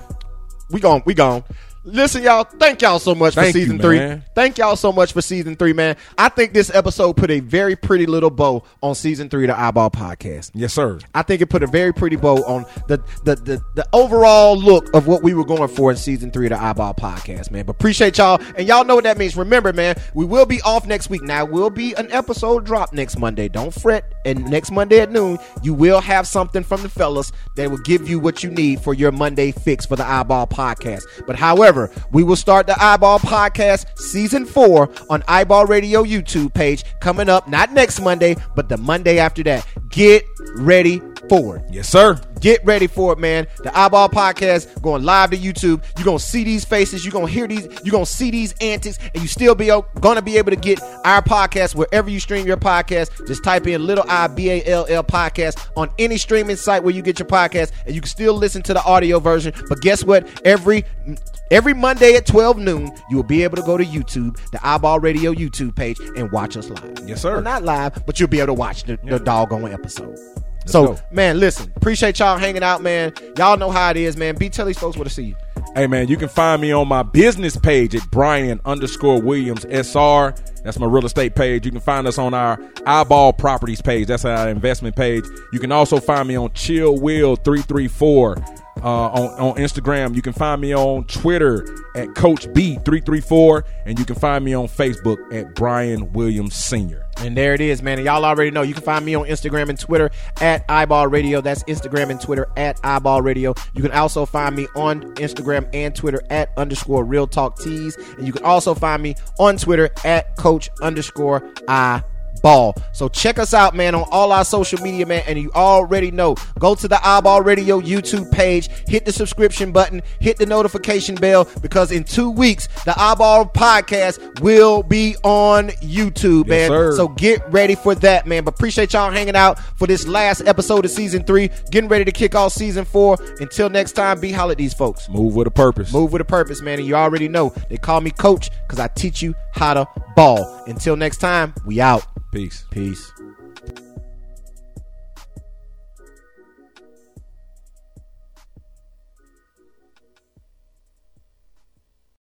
Speaker 2: We gone, we gone. Listen, y'all, thank y'all so much
Speaker 3: Thank
Speaker 2: for
Speaker 3: you,
Speaker 2: season three.
Speaker 3: man.
Speaker 2: Thank y'all so much for season three, man. I think this episode put a very pretty little bow on season three of the Eyeball Podcast.
Speaker 3: Yes, sir.
Speaker 2: I think it put a very pretty bow on the the, the the overall look of what we were going for in season three of the Eyeball Podcast, man. But appreciate y'all, and y'all know what that means. Remember, man, we will be off next week. Now will be an episode drop next Monday. Don't fret. And next Monday at noon, you will have something from the fellas that will give you what you need for your Monday fix for the Eyeball Podcast. But however, we will start the Eyeball Podcast season four on Eyeball Radio YouTube page coming up not next Monday, but the Monday after that. Get ready for it.
Speaker 3: Yes, sir.
Speaker 2: Get ready for it, man. The Eyeball Podcast going live to YouTube. You're gonna see these faces. You're gonna hear these. You're gonna see these antics, and you still be o- gonna be able to get our podcast wherever you stream your podcast. Just type in Little I B A L L podcast on any streaming site where you get your podcast, and you can still listen to the audio version. But guess what? Every every Monday at 12 noon, you will be able to go to YouTube, the Eyeball Radio YouTube page, and watch us live.
Speaker 3: Yes, sir.
Speaker 2: Well, not live, but you'll be able to watch the, the doggone episode. So,
Speaker 3: go.
Speaker 2: man, listen, appreciate y'all hanging out, man. Y'all know how it is, man. Be tell these folks where to see you.
Speaker 3: Hey man, you can find me on my business page at Brian underscore Williams SR. That's my real estate page. You can find us on our eyeball properties page. That's our investment page. You can also find me on Chill Will 334 uh, on, on Instagram. You can find me on Twitter at Coach B334. And you can find me on Facebook at Brian Williams Sr.
Speaker 2: And there it is, man. And y'all already know you can find me on Instagram and Twitter at Eyeball Radio. That's Instagram and Twitter at Eyeball Radio. You can also find me on Instagram and Twitter at underscore Real Talk Tees. And you can also find me on Twitter at Coach underscore I ball. So check us out, man, on all our social media, man. And you already know, go to the Eyeball Radio YouTube page, hit the subscription button, hit the notification bell, because in two weeks, the Eyeball Podcast will be on YouTube, man.
Speaker 3: Yes, sir.
Speaker 2: So get ready for that, man. But appreciate y'all hanging out for this last episode of season three. Getting ready to kick off season four. Until next time, be holla at these folks.
Speaker 3: Move with a purpose.
Speaker 2: Move with a purpose, man. And you already know they call me coach because I teach you how to ball. Until next time, we out.
Speaker 3: Peace.
Speaker 2: Peace.